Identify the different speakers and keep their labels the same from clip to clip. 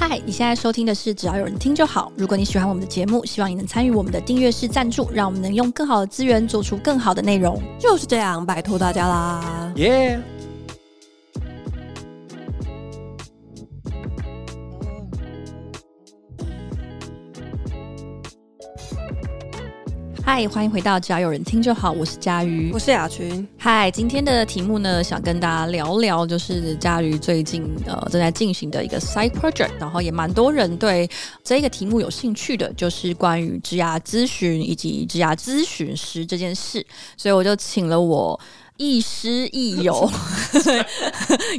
Speaker 1: 嗨，你现在收听的是《只要有人听就好》。如果你喜欢我们的节目，希望你能参与我们的订阅式赞助，让我们能用更好的资源做出更好的内容。
Speaker 2: 就是这样，拜托大家啦。
Speaker 3: 耶、
Speaker 1: 嗨，欢迎回到《只要有人听就好》，我是佳瑜
Speaker 2: 我。是雅群，
Speaker 1: 嗨，今天的题目呢，想跟大家聊聊，就是佳瑜最近呃正在进行的一个 side project，然后也蛮多人对这个题目有兴趣的，就是关于职涯咨询以及职涯咨询师这件事，所以我就请了我。亦师亦 友，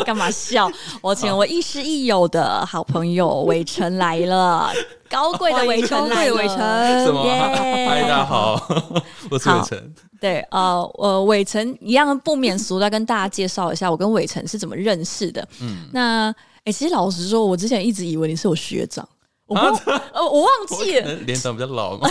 Speaker 1: 干嘛笑？我请我亦师亦友的好朋友伟成来了，高贵的伟成来了，
Speaker 2: 欢迎高贵的
Speaker 3: 什么
Speaker 1: 耶
Speaker 3: 啊？嗨，大家好，我是
Speaker 1: 好
Speaker 3: 伟成。
Speaker 1: 对，呃，呃，伟成一样不免俗的跟大家介绍一下，我跟伟成是怎么认识的。嗯，那哎、诶其实老实说，我之前一直以为你是我学长，我不、呃，我忘
Speaker 3: 啊我
Speaker 1: 记
Speaker 3: 可
Speaker 1: 了，
Speaker 3: 能脸长比较老嘛，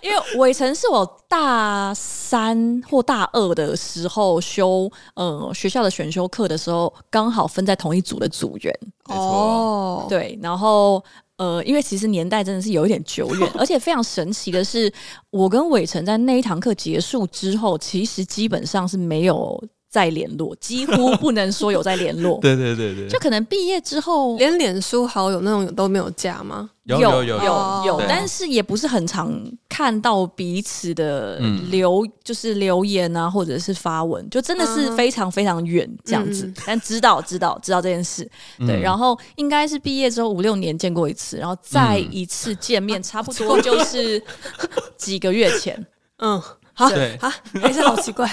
Speaker 1: 因为伟成是我大三或大二的时候修呃学校的选修课的时候，刚好分在同一组的组员。
Speaker 3: 没错
Speaker 2: 哦，
Speaker 1: 对，然后呃，因为其实年代真的是有一点久远，而且非常神奇的是，我跟伟成在那一堂课结束之后，其实基本上是没有再联络，几乎不能说有在联络，
Speaker 3: 对对对对
Speaker 1: 就，可能毕业之后
Speaker 2: 连脸书好友那种都没有加吗？
Speaker 3: 有
Speaker 1: 有
Speaker 3: 有有
Speaker 2: 哦
Speaker 1: 有有
Speaker 3: 对
Speaker 1: 但是也不是很常看到彼此的
Speaker 3: 嗯
Speaker 1: 留，就是留言啊，或者是发文，就真的是
Speaker 2: 嗯
Speaker 1: 非常非常远这样子。
Speaker 2: 嗯
Speaker 1: 但知道知道知道这件事，对。
Speaker 3: 嗯
Speaker 1: 然后应该是毕业之后五六年见过一次，然后再一次见
Speaker 3: 嗯
Speaker 1: 面，差不多就是 几个月前。
Speaker 2: 嗯，好，
Speaker 3: 对
Speaker 2: 啊，还是好奇 怪，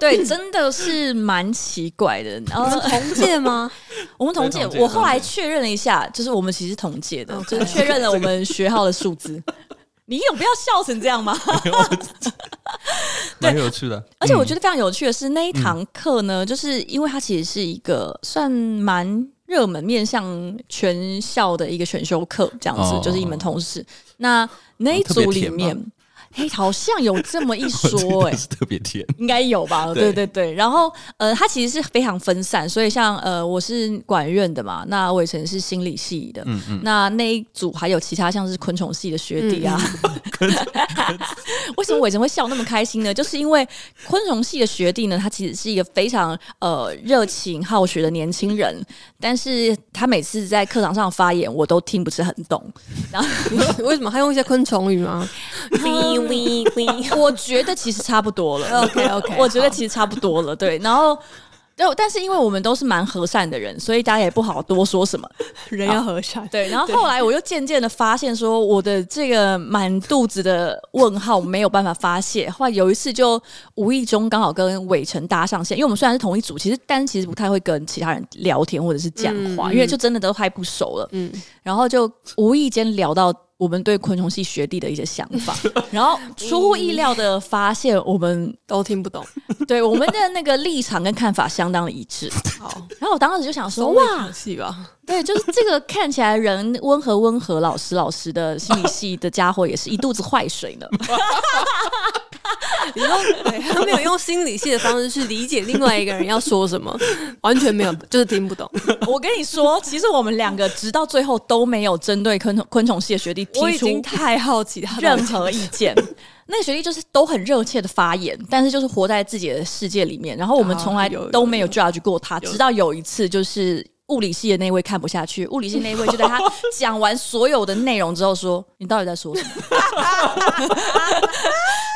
Speaker 1: 对，真的是蛮奇怪的。然后
Speaker 2: 同届吗？
Speaker 1: 我们同届，
Speaker 3: 对同届
Speaker 1: 我后来确认了一下，就是我们其实是同届的，
Speaker 2: OK
Speaker 1: 就是确认了我们学号的数字。 你有必要笑成这样吗？
Speaker 3: 蛮有趣的。
Speaker 1: 而且我觉得
Speaker 3: 得，
Speaker 1: 非常有趣的是，那
Speaker 3: 嗯
Speaker 1: 一堂课呢，就是因为它其实是一个算蛮热门、面向全校的一个选修课，这样子，
Speaker 3: 哦
Speaker 1: 就是一门通识。那那一
Speaker 3: 哦特别
Speaker 1: 组里
Speaker 3: 甜吧
Speaker 1: 面，哎、好像有这么一说、
Speaker 3: 嗯
Speaker 1: 哎
Speaker 3: 我
Speaker 1: 诶
Speaker 3: 觉得是特别甜。
Speaker 1: 应该有吧？对
Speaker 3: 对
Speaker 1: 对对。然后呃，它其实是非常分散，所以像呃，我是管院的嘛，那伟成是心理系的，
Speaker 3: 嗯嗯，
Speaker 1: 那那一组还有其他像是昆虫系的学弟啊。
Speaker 3: 嗯
Speaker 1: 为什么伟成会笑那么开心呢？就是因为昆虫系的学弟呢，他其实是一个非常呃热情好学的年轻人，但是他每次在课堂上发言，我都听不是很懂。
Speaker 2: 为什么还用一些昆虫语吗？
Speaker 1: 我觉得其实差不多了。
Speaker 2: OK，OK，
Speaker 1: 我觉得
Speaker 2: 好
Speaker 1: 其实差不多了。对，然后。对，但是因为我们都是蛮和善的人，所以大家也不好多说什么。
Speaker 2: 人要和善，
Speaker 1: 对，然后后来我又渐渐的发现，说我的这个满肚子的问号没有办法发泄。后来有一次就无意中刚好跟伟成搭上线，因为我们虽然是同一组，其实但其实不太会跟其他人聊天或者是讲话，
Speaker 2: 嗯
Speaker 1: 因为就真的都太不熟了。
Speaker 2: 嗯，
Speaker 1: 然后就无意间聊到我们对昆虫系学弟的一些想 法，然后出乎意料的发现，我们
Speaker 2: 都听不懂。
Speaker 1: 对我们的那个立场跟看法相当的一 致。
Speaker 2: 好，
Speaker 1: 然后我当时就想说，
Speaker 2: 松
Speaker 1: 哇，
Speaker 2: 哇，戏吧，
Speaker 1: 对，就是这个看起来人 温和温和、老实老实的心理系的家伙，也是一肚子坏水呢。
Speaker 2: 你说对，他没有用心理系的方式去理解另外一个人要说什么，完全没有，就是听不懂。
Speaker 1: 我跟你说，其实我们两个直到最后都没有针对昆虫昆虫系的学弟
Speaker 2: 我
Speaker 1: 提
Speaker 2: 已
Speaker 1: 出
Speaker 2: 经太好奇 他到底
Speaker 1: 任何意见。 那个学弟就是都很热切的发言，但是就是活在自己的世界里面。然后我们
Speaker 2: 啊
Speaker 1: 从来
Speaker 2: 有有
Speaker 1: 都没有
Speaker 2: 有
Speaker 1: judge 过他，直到有一次就是物理系的那位看不下去，物理系那位就在他讲完所有的内容之后说：“你到底在说什么？”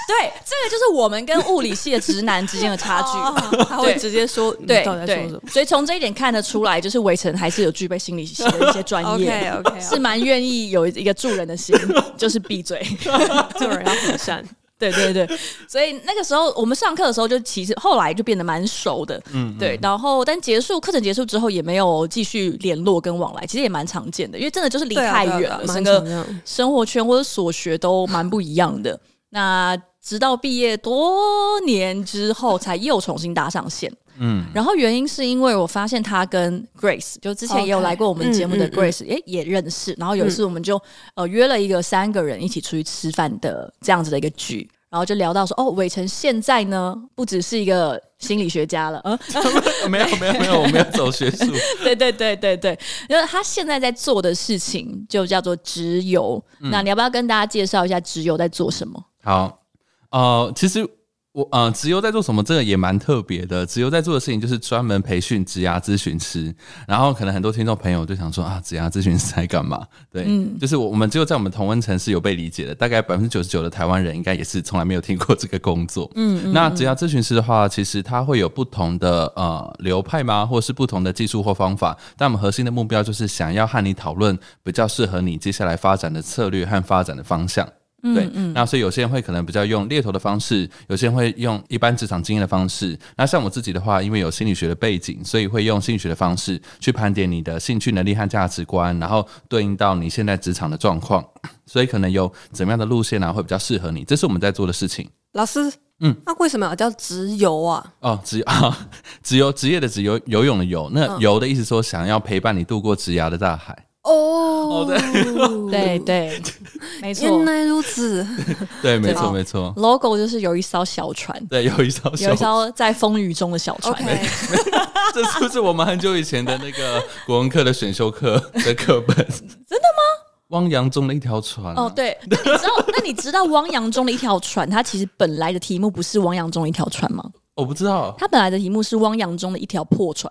Speaker 1: 对，这个就是我们跟物理系的直男之间的差距。
Speaker 2: 啊他会
Speaker 1: 对
Speaker 2: 直接说你
Speaker 1: 对
Speaker 2: 到底在说
Speaker 1: 对
Speaker 2: 什么，。
Speaker 1: 所以从这一点看得出来，就是围城还是有具备心理系的一些专 业
Speaker 2: OK，
Speaker 1: 是蛮愿意有一个助人的心，就是闭嘴。
Speaker 2: 做人要和善。
Speaker 1: 对对对，所以那个时候我们上课的时候，就其实后来就变得蛮熟的，嗯，对。然后但结束课程结束之后，也没有继续联络跟往来，其实也蛮常见的，因为真的就是离
Speaker 2: 对啊
Speaker 1: 太
Speaker 2: 对啊
Speaker 1: 远
Speaker 2: 对啊
Speaker 1: 了，
Speaker 2: 蛮
Speaker 1: 整
Speaker 2: 常
Speaker 1: 个
Speaker 2: 见
Speaker 1: 生活圈或者所学都蛮不一样的。那直到毕业多年之后，才又重新搭上线。
Speaker 3: 嗯，
Speaker 1: 然后原因是因为我发现他跟 Grace，就之前也有
Speaker 2: 哦 OK，
Speaker 1: 来过我们节目的
Speaker 2: 嗯嗯嗯嗯
Speaker 1: Grace，诶、也认识。然后有一次我们就、呃约了一个三个人一起出去吃饭的这样子的一个局。然后就聊到说，哦，伟成现在呢不只是一个心理学家了， 嗯，
Speaker 3: 没有没有没有，我没有走学术，
Speaker 1: 对对对对对，因为他现在在做的事情就叫做直邮。
Speaker 2: 嗯
Speaker 1: 那你要不要跟大家介绍一下直邮在做什么？
Speaker 3: 好，呃，其实我呃，直优在做什么，这个也蛮特别的。直优在做的事情就是专门培训职涯咨询师，然后可能很多听众朋友就想说啊，职涯咨询师在干嘛？对，就是我我们只有在我们同温城市有被理解的，大概百分之九十九的台湾人应该也是从来没有听过这个工作。嗯，那职涯咨询师的话，其实它会有不同的呃流派吗，或是不同的技术或方法，但我们核心的目标就是想要和你讨论比较适合你接下来发展的策略和发展的方向。
Speaker 1: 嗯
Speaker 3: 对，那所以有些人会可能比较用猎头的方式，有些人会用一般职场经验的方式。那像我自己的话，因为有心理学的背景，所以会用心理学的方式去盘点你的兴趣、能力和价值观，然后对应到你现在职场的状况。 所以可能有怎么样的路线呢、啊会比较适合你？这是我们在做的事情。
Speaker 2: 老师，嗯，那为什么要叫直邮啊？
Speaker 3: 哦，职啊， 只有职业的职游游泳的游，
Speaker 1: 嗯
Speaker 3: 那游的意思说想要陪伴你度过职涯的大海。
Speaker 2: 哦，
Speaker 1: 对对，没错
Speaker 2: 原来如 此，
Speaker 3: 对，没
Speaker 1: 对
Speaker 3: 错，没错。
Speaker 1: ，logo 就是有一艘小船，
Speaker 3: 对，有一艘
Speaker 1: 有
Speaker 3: 小
Speaker 1: 一艘在风雨中的小船。
Speaker 2: OK，
Speaker 3: 这是不是我们很久以前的那个国文课的选修课的课本？真的吗？汪洋中的一条船、
Speaker 1: 哦，，对，那你知道？那你知道汪洋中的一条船，它其实本来的题目不是汪洋中的一条船吗？
Speaker 3: 我不知道。
Speaker 1: 它本来的题目是汪洋中的一条破 船，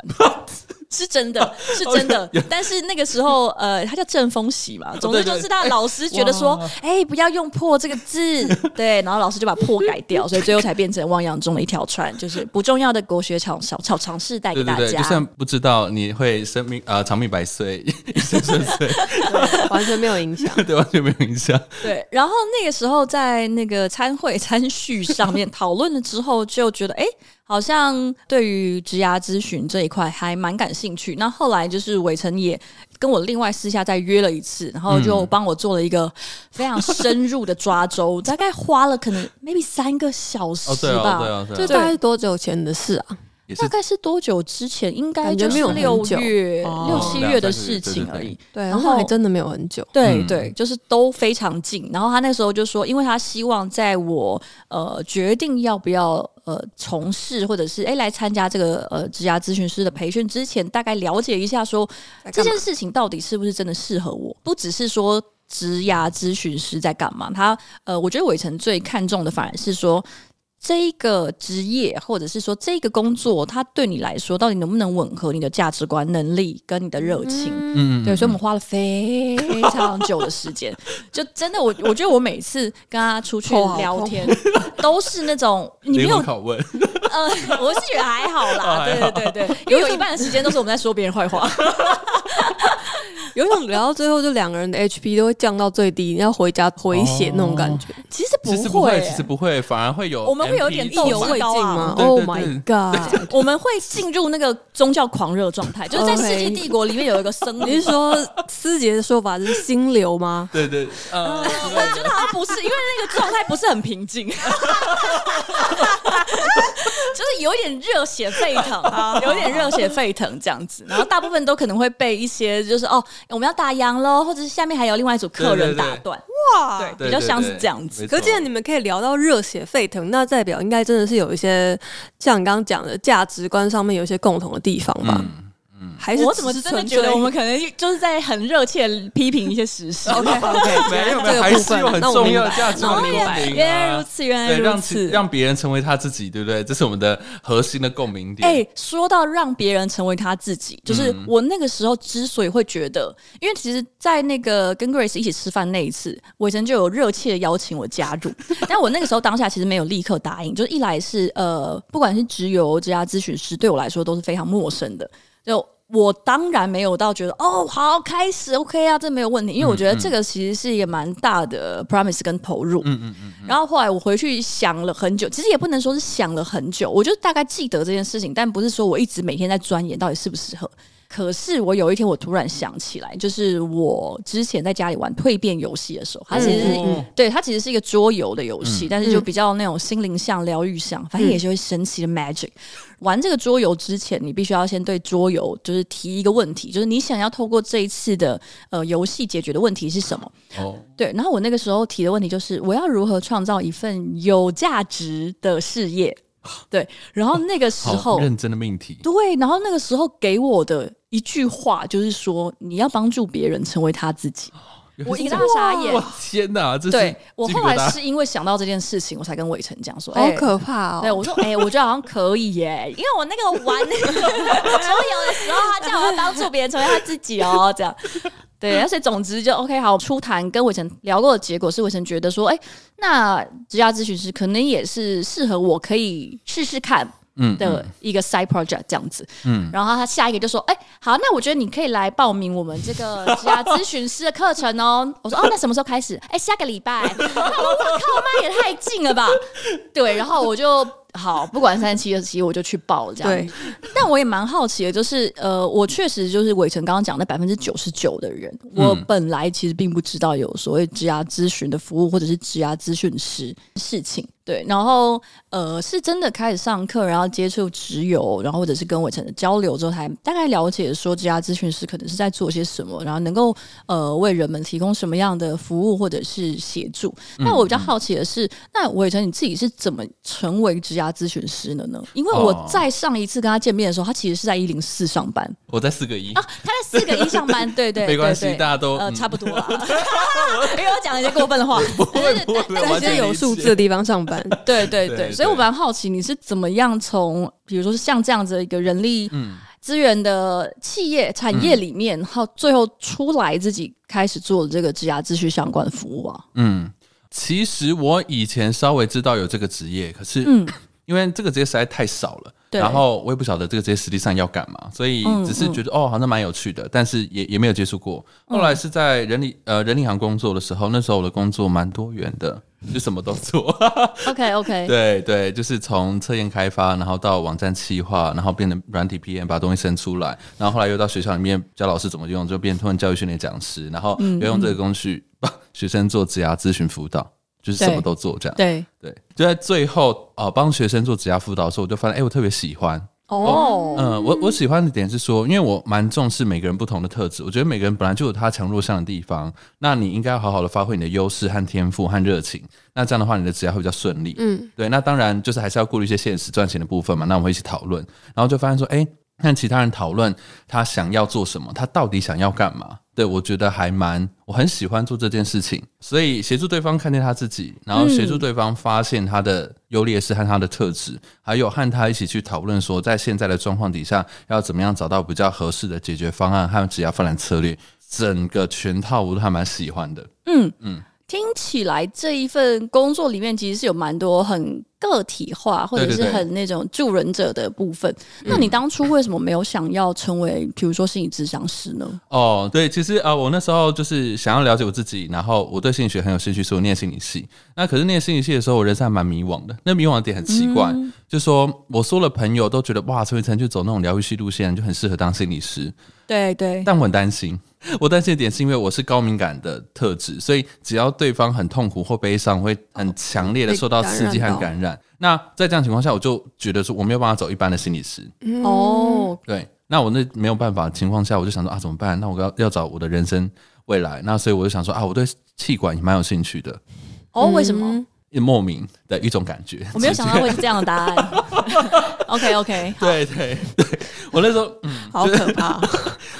Speaker 1: 是真的，是真的。但是那个时候，呃，它叫正风喜嘛，总之
Speaker 3: 哦对对
Speaker 1: 就是他老师觉得说，哎、不要用“破”这个 字，对，然后老师就把“破”改掉，所以最后才变成汪洋中的一条船，就是不重要的国学常小小尝试带
Speaker 3: 对
Speaker 1: 给
Speaker 3: 对
Speaker 1: 大
Speaker 3: 对，
Speaker 1: 家
Speaker 3: 就。算不知道，你会生命啊、呃长命 百岁，一生顺遂，
Speaker 2: 完全没有影响。
Speaker 3: 对，完全没有影响。
Speaker 1: 对，然后那个时候在那个参会 参序上面讨论了之后，就觉得哎，诶好像对于职涯咨询这一块还蛮感兴趣。那后来就是伟成也跟我另外私下再约了一次，然后
Speaker 3: 嗯
Speaker 1: 就帮我做了一个非常深入的抓 周，大概花了可能 maybe 三个小时
Speaker 3: 哦，对
Speaker 1: 吧。
Speaker 3: 哦，对哦，对
Speaker 2: 这
Speaker 3: 哦，
Speaker 2: 大概是多久前的事啊？
Speaker 3: 也是
Speaker 1: 大概是多久之前？应该
Speaker 2: 感觉
Speaker 1: 就是
Speaker 2: 没有很
Speaker 1: 六
Speaker 2: 久
Speaker 1: 月、
Speaker 2: 哦
Speaker 1: 六七
Speaker 3: 两
Speaker 1: 月的
Speaker 3: 三个
Speaker 1: 事
Speaker 3: 月对
Speaker 1: 情
Speaker 3: 对
Speaker 1: 而
Speaker 3: 对
Speaker 1: 已。
Speaker 2: 对，
Speaker 1: 然
Speaker 2: 然
Speaker 1: 后
Speaker 2: 后还真的没有很久。
Speaker 1: 对
Speaker 3: 嗯
Speaker 1: 对，就是都非常近。然后他那时候就说，因为他希望在我呃决定要不要呃从事或者是哎来参加这个呃职涯咨询师的培训之前，大概了解一下说这件事情到底是不是真的适合我，不只是说。职涯咨询师在干嘛？他呃，我觉得伟成最看重的反而是说，这一个职业或者是说这个工作，它对你来说到底能不能吻合你的价值观、能力跟你的热情？
Speaker 3: 嗯，
Speaker 1: 对，所以我们花了非常久的时间，就真的我我觉得我每次跟他出去
Speaker 2: 头好
Speaker 1: 聊
Speaker 2: 痛
Speaker 1: 天，都是那种你没
Speaker 3: 灵
Speaker 1: 有
Speaker 3: 魂拷问，哦
Speaker 1: 呃，我是觉得还好啦，对对对 对，因为有一半的时间都是我们在说别人坏话，
Speaker 2: 有一种聊到最后，就两个人的 HP 都会降到最低，要回家回血那种感觉，
Speaker 1: 其实
Speaker 3: 其实
Speaker 1: 会
Speaker 3: 会，
Speaker 1: 欸，
Speaker 3: 其实不会，反而会有 MP
Speaker 1: 我们会有点
Speaker 2: 意
Speaker 3: 哦
Speaker 1: 斗
Speaker 2: 犹
Speaker 1: 志
Speaker 2: 未
Speaker 1: 高
Speaker 2: 尽
Speaker 1: 昂
Speaker 2: 吗
Speaker 3: 啊对对
Speaker 2: ？Oh
Speaker 3: 对
Speaker 2: my god！
Speaker 1: 我们会进入那个宗教狂热状态，就是在《世纪
Speaker 2: OK
Speaker 1: 帝国》里面有一个僧
Speaker 2: 你是
Speaker 1: 侣。
Speaker 2: 说思杰的说法是心流吗？
Speaker 3: 对对，呃，
Speaker 1: 我觉得好像不是，因为那个状态不是很平静， 就是有一点热血沸腾，有一点热血沸腾这样子。然后大部分都可能会被一些就是哦，我们要打烊喽，或者是下面还有另外一组客人打断，
Speaker 2: 哇！
Speaker 1: 对
Speaker 3: 对
Speaker 1: 啊比较
Speaker 3: 对
Speaker 1: 像
Speaker 3: 对
Speaker 1: 是这样子
Speaker 3: 没
Speaker 2: 可
Speaker 3: 错
Speaker 2: 见你们可以聊到热血沸腾，那代表应该真的是有一些像你刚刚讲的价值观上面有一些共同的地方吧？
Speaker 3: 嗯
Speaker 2: 还是
Speaker 1: 我怎么真的觉得我们可能就是在很热切地批评一些时事？
Speaker 2: OK OK
Speaker 3: 没有没
Speaker 2: 这
Speaker 3: 有，
Speaker 2: 个
Speaker 3: 还
Speaker 2: 部
Speaker 3: 是
Speaker 2: 分
Speaker 3: 有很
Speaker 2: 那我
Speaker 3: 重
Speaker 2: 明
Speaker 3: 要的
Speaker 2: 白
Speaker 3: 价值
Speaker 2: 那我
Speaker 3: 观
Speaker 2: 明白
Speaker 3: 共鸣
Speaker 1: 原来
Speaker 3: 啊
Speaker 1: 如此，原来
Speaker 3: 对，
Speaker 1: 如
Speaker 3: 让
Speaker 1: 此
Speaker 3: 其。让别人成为他自己，对不对？这是我们的核心的共鸣点。
Speaker 1: 哎、说到让别人成为他自己，就是我那个时候之所以会觉得，因为其实，在那个跟 Grace 一起吃饭那一次，伟成就有热切的邀请我加入，但我那个时候当下其实没有立刻答应，就是一来是呃，不管是直邮这家咨询师，对我来说都是非常陌生的，就。我当然没有到觉得哦，好开始 OK 啊，这没有问题，因为我觉得这个其实是一个蛮大的 promise 跟投入。然后后来我回去想了很久，其实也不能说是想了很久，我就大概记得这件事情，但不是说我一直每天在钻研到底适不适合。可是我有一天我突然想起来，就是我之前在家里玩蜕变游戏的时候，它其实是、
Speaker 3: 哦
Speaker 1: 对它其实是一个桌游的游戏，但是就
Speaker 2: 嗯
Speaker 1: 比较那种心灵向、疗愈向，
Speaker 3: 嗯
Speaker 1: 反正也是会神奇的 magic。玩这个桌游之前，你必须要先对桌游就是提一个问题，就是你想要透过这一次的呃游戏解决的问题是嗯什么？
Speaker 3: 哦，
Speaker 1: 对，然后我那个时候提的问题就是，我要如何创造一份有价值的事 业？对，然后那个时
Speaker 3: 好
Speaker 1: 候，
Speaker 3: 认真的命题，
Speaker 1: 对，然后那个时候给我的一句话就是说，你要帮助别人成为他自己。我一个大傻眼
Speaker 3: 我。天哪，这是
Speaker 1: 对我
Speaker 3: 鸡皮
Speaker 1: 后
Speaker 3: 疙
Speaker 1: 来
Speaker 3: 瘩
Speaker 1: 是因为想到这件事情，我才跟伟成讲说，
Speaker 2: 好
Speaker 1: 哎、
Speaker 2: 可怕
Speaker 1: 对，
Speaker 2: 哦！
Speaker 1: 我说，哎、我觉得好像可以耶、因为我那个玩 那个桌游的时候，他叫我要帮助别人成为他自己哦、这样。对，而且总之就 OK 好，初谈跟伟成聊过的结果是，伟成觉得说，哎、那职业咨询师可能也是适合我，可以试试看。
Speaker 3: 嗯
Speaker 1: 的一个 side project 这样子，
Speaker 3: 嗯
Speaker 1: 嗯，然后他下一个就说，哎、好，那我觉得你可以来报名我们这个职业咨询师的课程哦。 我说，哦，那什么时候开始？哎、下个礼拜。 我说我靠，妈也太近了吧！对，然后我就好，不管三七二十七，我就去报了这样。
Speaker 2: 对，
Speaker 1: 但我也蛮好奇的，就是呃，我确实就是伟成刚刚讲的百分之九十九的人，我本来其实并不知道有所谓职涯咨询的服务或者是职涯咨询师事情。对，嗯然后呃，是真的开始上课，然后接触职友，然后或者是跟伟成的交流之后，才大概了解说职涯咨询师可能是在做些什么，然后能够呃为人们提供什么样的服务或者是协助。那我比较好奇的是，那伟成你自己是怎么成为职涯咨询师的呢？因为
Speaker 3: 哦
Speaker 1: 我在上一次跟他见面的时候，他其实是在一零四上班
Speaker 3: 我在四个一
Speaker 1: 啊，，他在四个一上 班，对对，
Speaker 3: 没关系
Speaker 1: 对对
Speaker 3: 大家都
Speaker 1: 呃
Speaker 3: 嗯
Speaker 1: 差不多啦， 因为我讲了一些过分的话，但是
Speaker 3: 不会不会
Speaker 1: 但 但
Speaker 3: 完
Speaker 2: 在一
Speaker 3: 全
Speaker 1: 是
Speaker 2: 些有数字的地方 上班，
Speaker 1: 对对
Speaker 3: 对
Speaker 1: 对，所以我
Speaker 3: 对
Speaker 1: 蛮好奇你是怎么样从，比如说是像这样子的一个人力
Speaker 3: 嗯
Speaker 1: 资源的企业产业里面，然后最后出来自己开始做这个职涯秩序相关服务啊？
Speaker 3: 嗯，其实我以前稍微知道有这个职业，可是
Speaker 1: 嗯
Speaker 3: 因为这个职业实在太少了，
Speaker 1: 对
Speaker 3: 然后我也不晓得这个职业实际上要干嘛，所以
Speaker 1: 嗯嗯
Speaker 3: 只是觉得、哦，好像蛮有趣的，但是也也没有接触过。后来是在人力呃人力行工作的时候，那时候我的工作蛮多元的，就什么都做。
Speaker 1: ，OK OK，
Speaker 3: 对对，就是从测验开发，然后到网站企划，然后变成软体 PM，把东西生出来，然后后来又到学校里面教老师怎么用，就变突然教育训练讲师，然后又用这个工具帮学生做职涯咨询辅导，就是什么
Speaker 1: 对
Speaker 3: 都做这样。
Speaker 1: 对
Speaker 3: 对，就在最后哦，帮学生做职涯辅导的时候，我就发现，哎、我特别喜欢，
Speaker 1: 哦，
Speaker 3: 嗯，我我喜欢的点是说，因为我蛮重视每个人不同的特质，我觉得每个人本来就有他强弱项的地方，那你应该好好的发挥你的优势和天赋和热情，那这样的话你的职业会比较顺利。嗯，对，那当然就是还是要顾虑一些现实赚钱的部分嘛，那我们会一起讨论，然后就发现说，哎、和其他人讨论他想要做什么，他到底想要干嘛。对我觉得还蛮，我很喜欢做这件事情，所以协助对方看见他自己，然后协助对方发现他的优劣势和他的特质，还有和他一起去讨论说，在现在的状况底下，要怎么样找到比较合适的解决方案和职业发展策略。整个全套我都还蛮喜欢的，
Speaker 1: 听起来这一份工作里面其实是有蛮多很个体化，或者
Speaker 3: 对对嗯
Speaker 1: 是
Speaker 3: 对
Speaker 1: 很那种助人者的部分。那你当初为什么没有想要成为，比如说心理咨商师呢？
Speaker 3: 哦，对，其实啊、呃我那时候就是想要了解我自己，然后我对心理学很有兴趣，所以我念心理系。那可是念心理系的时候，我人生还蛮迷惘的。那迷惘的点很奇怪，就说我所有的朋友都觉得哇，陈雨辰就走那种疗愈系路线，就很适合当心理师。
Speaker 1: 对对，
Speaker 3: 但我很担心，我担心的点是因为我是高敏感的特质，所以只要对方很痛苦或悲伤，我会很强烈的受到刺激和
Speaker 2: 被感
Speaker 3: 感染。那在这样情况下，我就觉得说我没有办法走一般的心理师。
Speaker 1: 哦，
Speaker 3: 对，那我那没有办法的情况下，我就想说啊，怎么办？那我要要找我的人生未来，那所以我就想说啊，我对气管也蛮有兴趣的，
Speaker 1: 哦，
Speaker 2: 嗯
Speaker 1: 为什么？
Speaker 3: 也莫名的一种感觉。
Speaker 1: 我没有想到会是这样的答 案。OK OK，
Speaker 3: 对对对， 我那时候、嗯、
Speaker 2: 好可 怕！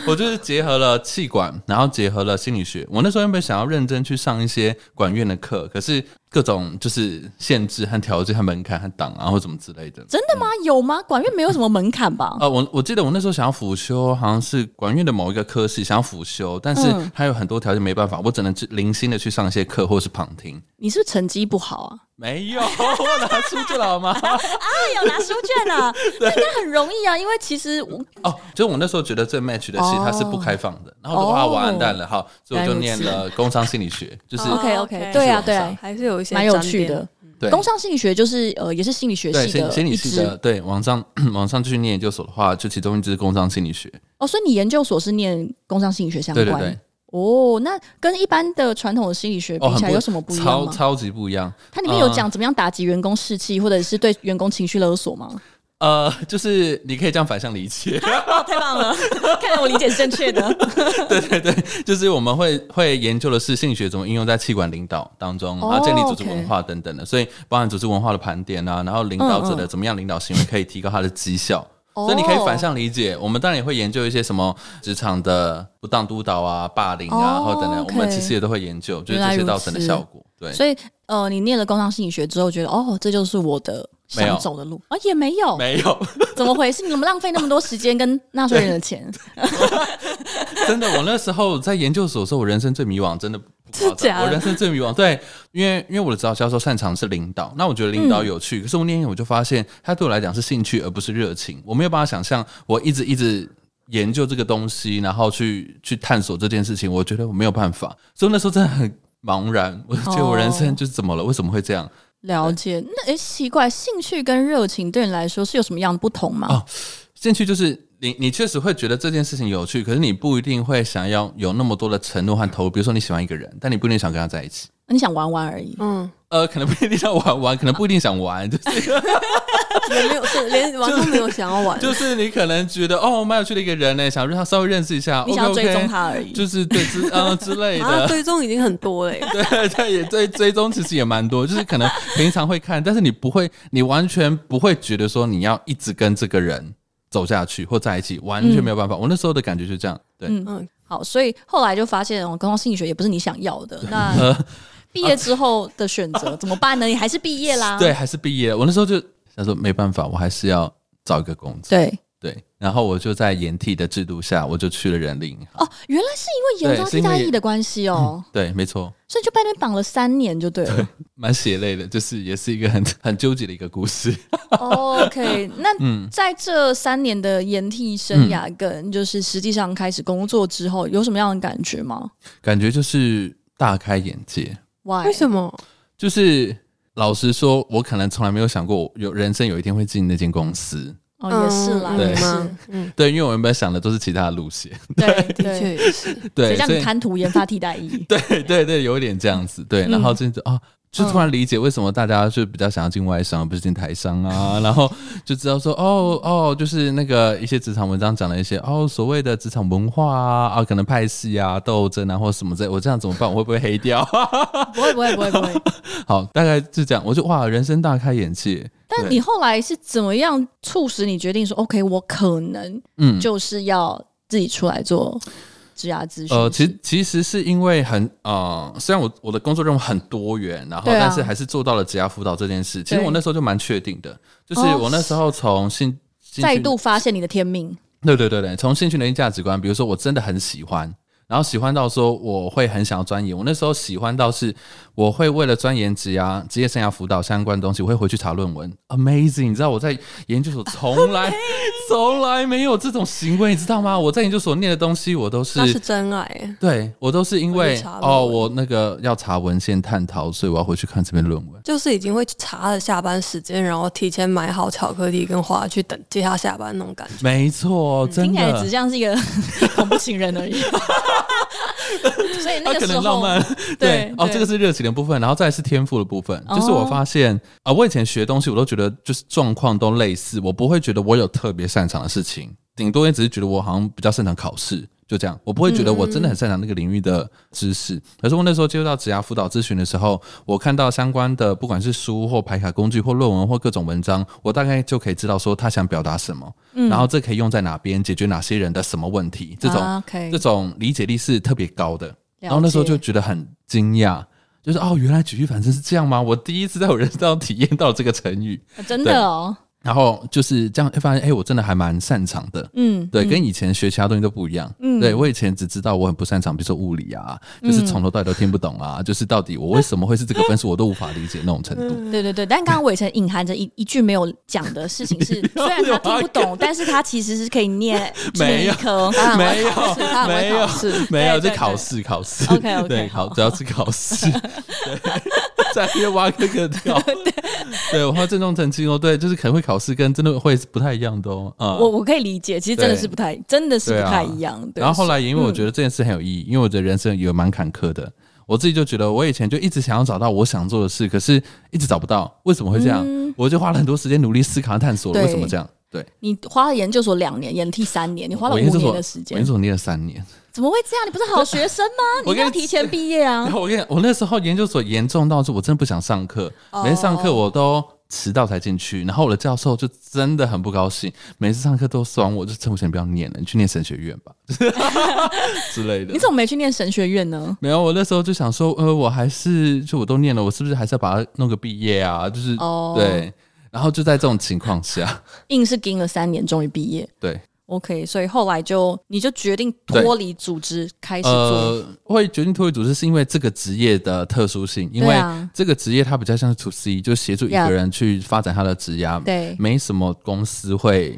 Speaker 3: 我就是结合了气管，然后结合了心理学。我那时候原本想要认真去上一些管院的课，可是各种就是限制和条件和门槛和档啊或怎么之类的。
Speaker 1: 真的吗？有吗？管乐没有什么门槛吧？
Speaker 3: 呃，我我记得我那时候想要辅修，好像是管院的某一个科系想要辅修，但是
Speaker 1: 嗯
Speaker 3: 它有很多条件没办法，我只能去零星的去上一些课或是旁听。
Speaker 1: 你是不是成绩不好啊？
Speaker 3: 没有， 我拿出去了好吗？
Speaker 1: 对，有拿书卷 啊，那应该很容易啊，因为其实我
Speaker 3: 哦，就是我那时候觉得这 match 的系它是不开放的，然后我就
Speaker 1: 哦
Speaker 3: 哇完蛋了，好，所以我就
Speaker 1: 原来如
Speaker 3: 念
Speaker 1: 此
Speaker 3: 了工商心理学，就是
Speaker 2: 哦
Speaker 1: OK
Speaker 2: 是
Speaker 1: OK，对啊啊
Speaker 3: 往上
Speaker 1: 对啊，
Speaker 2: 还是有一些
Speaker 1: 蛮有趣
Speaker 2: 沾边
Speaker 1: 的。
Speaker 3: 对，
Speaker 1: 工商心理学就是呃，也是心理学
Speaker 3: 对
Speaker 1: 系
Speaker 3: 心
Speaker 1: 的
Speaker 3: 心理
Speaker 1: 一
Speaker 3: 系
Speaker 1: 支
Speaker 3: 的，对，往上往上去念研究所的话，就其中一支工商心理学，
Speaker 1: 哦，所以你研究所是念工商心理学相
Speaker 3: 对
Speaker 1: 关。
Speaker 3: 对对，
Speaker 1: 哦，那跟一般的传统的心理学比
Speaker 3: 哦，很
Speaker 1: 起来有什么不一样
Speaker 3: 超
Speaker 1: 吗？
Speaker 3: 超级不一样。
Speaker 1: 它里面有
Speaker 3: 呃
Speaker 1: 讲怎么样打击员工士气，或者是对员工情绪勒索吗？
Speaker 3: 呃，就是你可以这样反向理解，
Speaker 1: 哦，太棒了！看来我理解是正确的。
Speaker 3: 对 对对，就是我们会会研究的是心理学怎么应用在气管领导当中，然
Speaker 1: 哦
Speaker 3: 后建立组织
Speaker 1: OK
Speaker 3: 文化等等的，所以包含组织文化的盘点啊，然后领导者
Speaker 1: 嗯
Speaker 3: 的
Speaker 1: 嗯
Speaker 3: 怎么样领导行为可以提高他的绩效。
Speaker 1: 哦
Speaker 3: 所以你可以反向理解，我们当然也会研究一些什么职场的不当督导啊、霸凌啊，
Speaker 1: 哦
Speaker 3: 或等等，我们
Speaker 1: OK
Speaker 3: 其实也都会研究，就是
Speaker 1: 原来
Speaker 3: 这些
Speaker 1: 如
Speaker 3: 造成的
Speaker 1: 此
Speaker 3: 效果。对，
Speaker 1: 所以呃，你念了工商心理学之后，觉得哦，这就是我的
Speaker 3: 没有
Speaker 1: 想走的路啊、也没有，
Speaker 3: 没有，
Speaker 1: 怎么回事？你怎么浪费那么多时间跟纳税人的钱？
Speaker 3: 真的，我那时候在研究所的时候，我人生最迷惘，真的不夸张
Speaker 2: 真假的
Speaker 3: 我人生最迷惘，对，因为因为我的指导教授擅长是领导，那我觉得领
Speaker 2: 嗯
Speaker 3: 导有趣，可是我那天我就发现，他对我来讲是兴趣而不是热情，我没有办法想象我一直一直。研究这个东西，然后去去探索这件事情，我觉得我没有办法，所以那时候真的很茫然。我就觉得我人
Speaker 2: 哦
Speaker 3: 生就是怎么了？为什么会这样？
Speaker 1: 了解。那诶，奇怪，兴趣跟热情对你来说是有什么样的不同吗？
Speaker 3: 哦兴趣就是你，你确实会觉得这件事情有趣，可是你不一定会想要有那么多的承诺和投入。比如说你喜欢一个人，但你不一定想跟他在一起。
Speaker 1: 啊你想玩玩而已。
Speaker 2: 嗯，
Speaker 3: 呃，可能不一定要玩玩，可能不一定 想玩，就是
Speaker 2: 嗯也没有是连玩都没有想要 玩，
Speaker 3: 就是你可能觉得哦，蛮有趣的一个人呢，想让他稍微认识一下，
Speaker 1: 你想要
Speaker 3: OK，OK，
Speaker 1: 追踪他而已
Speaker 3: 就是对之 呃之类
Speaker 2: 啊，
Speaker 3: 的。
Speaker 2: 追踪已经很多嘞、
Speaker 3: 对对，也追追踪其实也蛮多，就是可能平常会看，但是你不会，你完全不会觉得说你要一直跟这个人走下去或在一起，完全没有办法。我那时候的感觉就这样，对，
Speaker 1: 嗯
Speaker 2: 嗯，
Speaker 1: 好，所以后来就发现哦，工商心理学也不是你想要的。 那
Speaker 3: 呃
Speaker 1: 毕业之后的选择怎么办呢？你还是毕业啦。
Speaker 3: 对，还是毕业了。我那时候就想说没办法，我还是要找一个工作，
Speaker 1: 对
Speaker 3: 对。然后我就在研替的制度下，我就去了人力银行。
Speaker 1: 哦，原来是因为
Speaker 3: 对
Speaker 1: 研招
Speaker 3: 是因
Speaker 1: 替
Speaker 3: 为嗯
Speaker 1: 代役的关系哦，
Speaker 3: 对，没错。
Speaker 1: 所以就被那边绑了三年就对了。
Speaker 3: 蛮血泪的，就是也是一个很 很纠结的一个故事。
Speaker 1: OK，那
Speaker 3: 嗯
Speaker 1: 在这三年的研替生涯跟就是实际上开始工作之后，有什么样的感觉吗
Speaker 3: 感觉就是大开眼界。
Speaker 1: ？Why？
Speaker 2: 为什么？
Speaker 3: 就是老实说，我可能从来没有想过，有人生有一天会进那间公司。
Speaker 1: 哦，也是啦，
Speaker 2: 嗯
Speaker 1: 也
Speaker 3: 对
Speaker 1: 是，，
Speaker 2: 嗯，
Speaker 3: 对，因为我原本想的都是其他的路线。
Speaker 1: 对
Speaker 2: 的确
Speaker 1: 对，
Speaker 2: 也 是，
Speaker 1: 谁
Speaker 3: 对，
Speaker 1: 让
Speaker 3: 所
Speaker 1: 你
Speaker 3: 以
Speaker 1: 贪图研发替代役？
Speaker 3: 对对对，有一点这样子。对，然后真的啊。就突然理解为什么大家就比较想要进外商，而不是进台商啊，然后就知道说哦哦，就是那个一些职场文章讲了一些哦所谓的职场文化啊啊，可能派系啊、斗争啊或什么之类，我这样怎么办？我会不会黑掉？
Speaker 1: 不会不会不会不会。
Speaker 3: 好，大概是这样。我就哇，人生大开眼界。
Speaker 1: 但
Speaker 3: 对
Speaker 1: 你后来是怎么样促使你决定说，OK，我可能
Speaker 3: 嗯，
Speaker 1: 就是要自己出来做职涯咨询师？
Speaker 3: 呃，其实其实是因为很呃，虽然我我的工作任务很多元，然后、
Speaker 1: 对啊
Speaker 3: 但是还是做到了职涯辅导这件事。其实
Speaker 1: 对
Speaker 3: 我那时候就蛮确定的，就是
Speaker 1: 哦
Speaker 3: 我那时候从兴兴
Speaker 1: 再
Speaker 3: 趣
Speaker 1: 度发现你的天命，
Speaker 3: 对对对对，从兴趣的价值观，比如说我真的很喜欢，然后喜欢到说我会很想要钻研。我那时候喜欢到是我会为了钻研职涯、职业生涯辅导相关的东西，我会回去查论文。Amazing！你知道我在研究所从来从来没有这种行为，你知道吗？我在研究所念的东西，我都是
Speaker 2: 那是真爱、欸，
Speaker 3: 对我都是因
Speaker 2: 回
Speaker 3: 为
Speaker 2: 去查论文
Speaker 3: 哦，我那个要查文献探讨，所以我要回去看这篇论文。
Speaker 2: 就是已经会查了下班时间，然后提前买好巧克力跟花去等接他下班那种感觉。
Speaker 3: 没错，真
Speaker 1: 听起来只
Speaker 3: 的。
Speaker 1: 像是一个 恐怖情人而 已。所以那
Speaker 3: 他
Speaker 1: 个
Speaker 3: 可
Speaker 1: 时
Speaker 3: 能浪
Speaker 1: 候，
Speaker 3: 漫，
Speaker 1: 对
Speaker 3: 哦，
Speaker 1: 对
Speaker 3: 这个是热情的部分，然后再来是天赋的部分，
Speaker 1: 哦
Speaker 3: 就是我发现啊、我以前学东西我都觉得就是状况都类似，我不会觉得我有特别擅长的事情，顶多也只是觉得我好像比较擅长考试，就这样，我不会觉得我真
Speaker 1: 嗯
Speaker 3: 的很擅长那个领域的知识。可是我那时候接触到职涯辅导咨询的时候，我看到相关的不管是书或排卡工具或论文或各种文章，我大概就可以知道说他想表达什么，
Speaker 1: 嗯
Speaker 3: 然后这可以用在哪边，解决哪些人的什么问题，这种、
Speaker 1: 啊，OK
Speaker 3: 这种理解力是特别高的。
Speaker 1: 了
Speaker 3: 然后那时候
Speaker 1: 解
Speaker 3: 就觉得很惊讶，就是哦，原来举一反三是这样吗？我第一次在我人生当中体验到这个成语，
Speaker 1: 啊真的哦，
Speaker 3: 然后就是这样，哎发现哎，我真的还蛮擅长的。
Speaker 1: 嗯，
Speaker 3: 对，跟以前学其他东西都不一样。嗯，对我以前只知道我很不擅长，比如说物理啊，
Speaker 1: 嗯
Speaker 3: 就是从头到尾都听不懂啊，就是到底我为什么会是这个分数，我都无法理解那种程度。
Speaker 1: 对对对，但刚刚我以前隐含着一一句没有讲的事情 是，虽然他听不懂，但是他其实是可以念
Speaker 3: 没有
Speaker 1: 一 科，
Speaker 2: 他很
Speaker 3: 没
Speaker 2: 会
Speaker 3: 有
Speaker 2: 考试，他很
Speaker 3: 没
Speaker 2: 会
Speaker 3: 有
Speaker 2: 考试。
Speaker 3: 没有，
Speaker 1: 对
Speaker 3: 这
Speaker 1: 对
Speaker 3: 考
Speaker 1: 对
Speaker 3: 试考试
Speaker 1: OK，OK，
Speaker 3: 对
Speaker 1: 好
Speaker 3: 考主要是考试。在那边挖坑坑 跳。对，我还有郑重澄清哦，对，就是可能会考试跟真的会是不太一样的哦。啊、
Speaker 1: 我我可以理解，其实真的是不太，真的是
Speaker 3: 对
Speaker 1: 不
Speaker 3: 啊
Speaker 1: 太一样。对
Speaker 3: 然后后来，
Speaker 1: 是嗯
Speaker 3: 因为我觉得这件事很有意义，因为我的人生也蛮坎坷的。我自己就觉得，我以前就一直想要找到我想做的事，可是一直找不到，为什么会这样？我就花了很多时间努力思考、探索了，
Speaker 1: 嗯对
Speaker 3: 为什么这样？对，
Speaker 1: 你花了研究所两年，研替三年，你花了
Speaker 3: 我
Speaker 1: 五
Speaker 3: 研究
Speaker 1: 年
Speaker 3: 所
Speaker 1: 的时
Speaker 3: 我
Speaker 1: 间
Speaker 3: 研究，所念了三年。
Speaker 1: 怎么会这样？你不是好学生吗？
Speaker 3: 我
Speaker 1: 你要
Speaker 3: 跟你
Speaker 1: 提前毕业啊
Speaker 3: 然！后我跟你，我那时候研究所严重到是我真的不想上课，
Speaker 1: 哦
Speaker 3: 每次上课我都迟到才进去，然后我的教授就真的很不高兴，每次上课都酸我，就趁我钱不要念了，你去念神学院 吧 之类的
Speaker 1: 你。怎么没去念神学院呢？
Speaker 3: 没有，我那时候就想说，呃，我还是就我都念了，我是不是还是要把它弄个毕业啊？就是、
Speaker 1: 哦
Speaker 3: 对，然后就在这种情况 下，
Speaker 1: 硬是盯了三年，终于毕业。
Speaker 3: 对，
Speaker 1: OK，所以后来就你就决定脱离组织，开始做。
Speaker 3: 呃，会决定脱离组织是因为这个职业的特殊性，因
Speaker 1: 对
Speaker 3: 为
Speaker 1: 啊
Speaker 3: 这个职业它比较像是 to C，就协助一
Speaker 1: Yeah
Speaker 3: 个人去发展他的职业，
Speaker 1: 对嗯
Speaker 3: 没什么公司会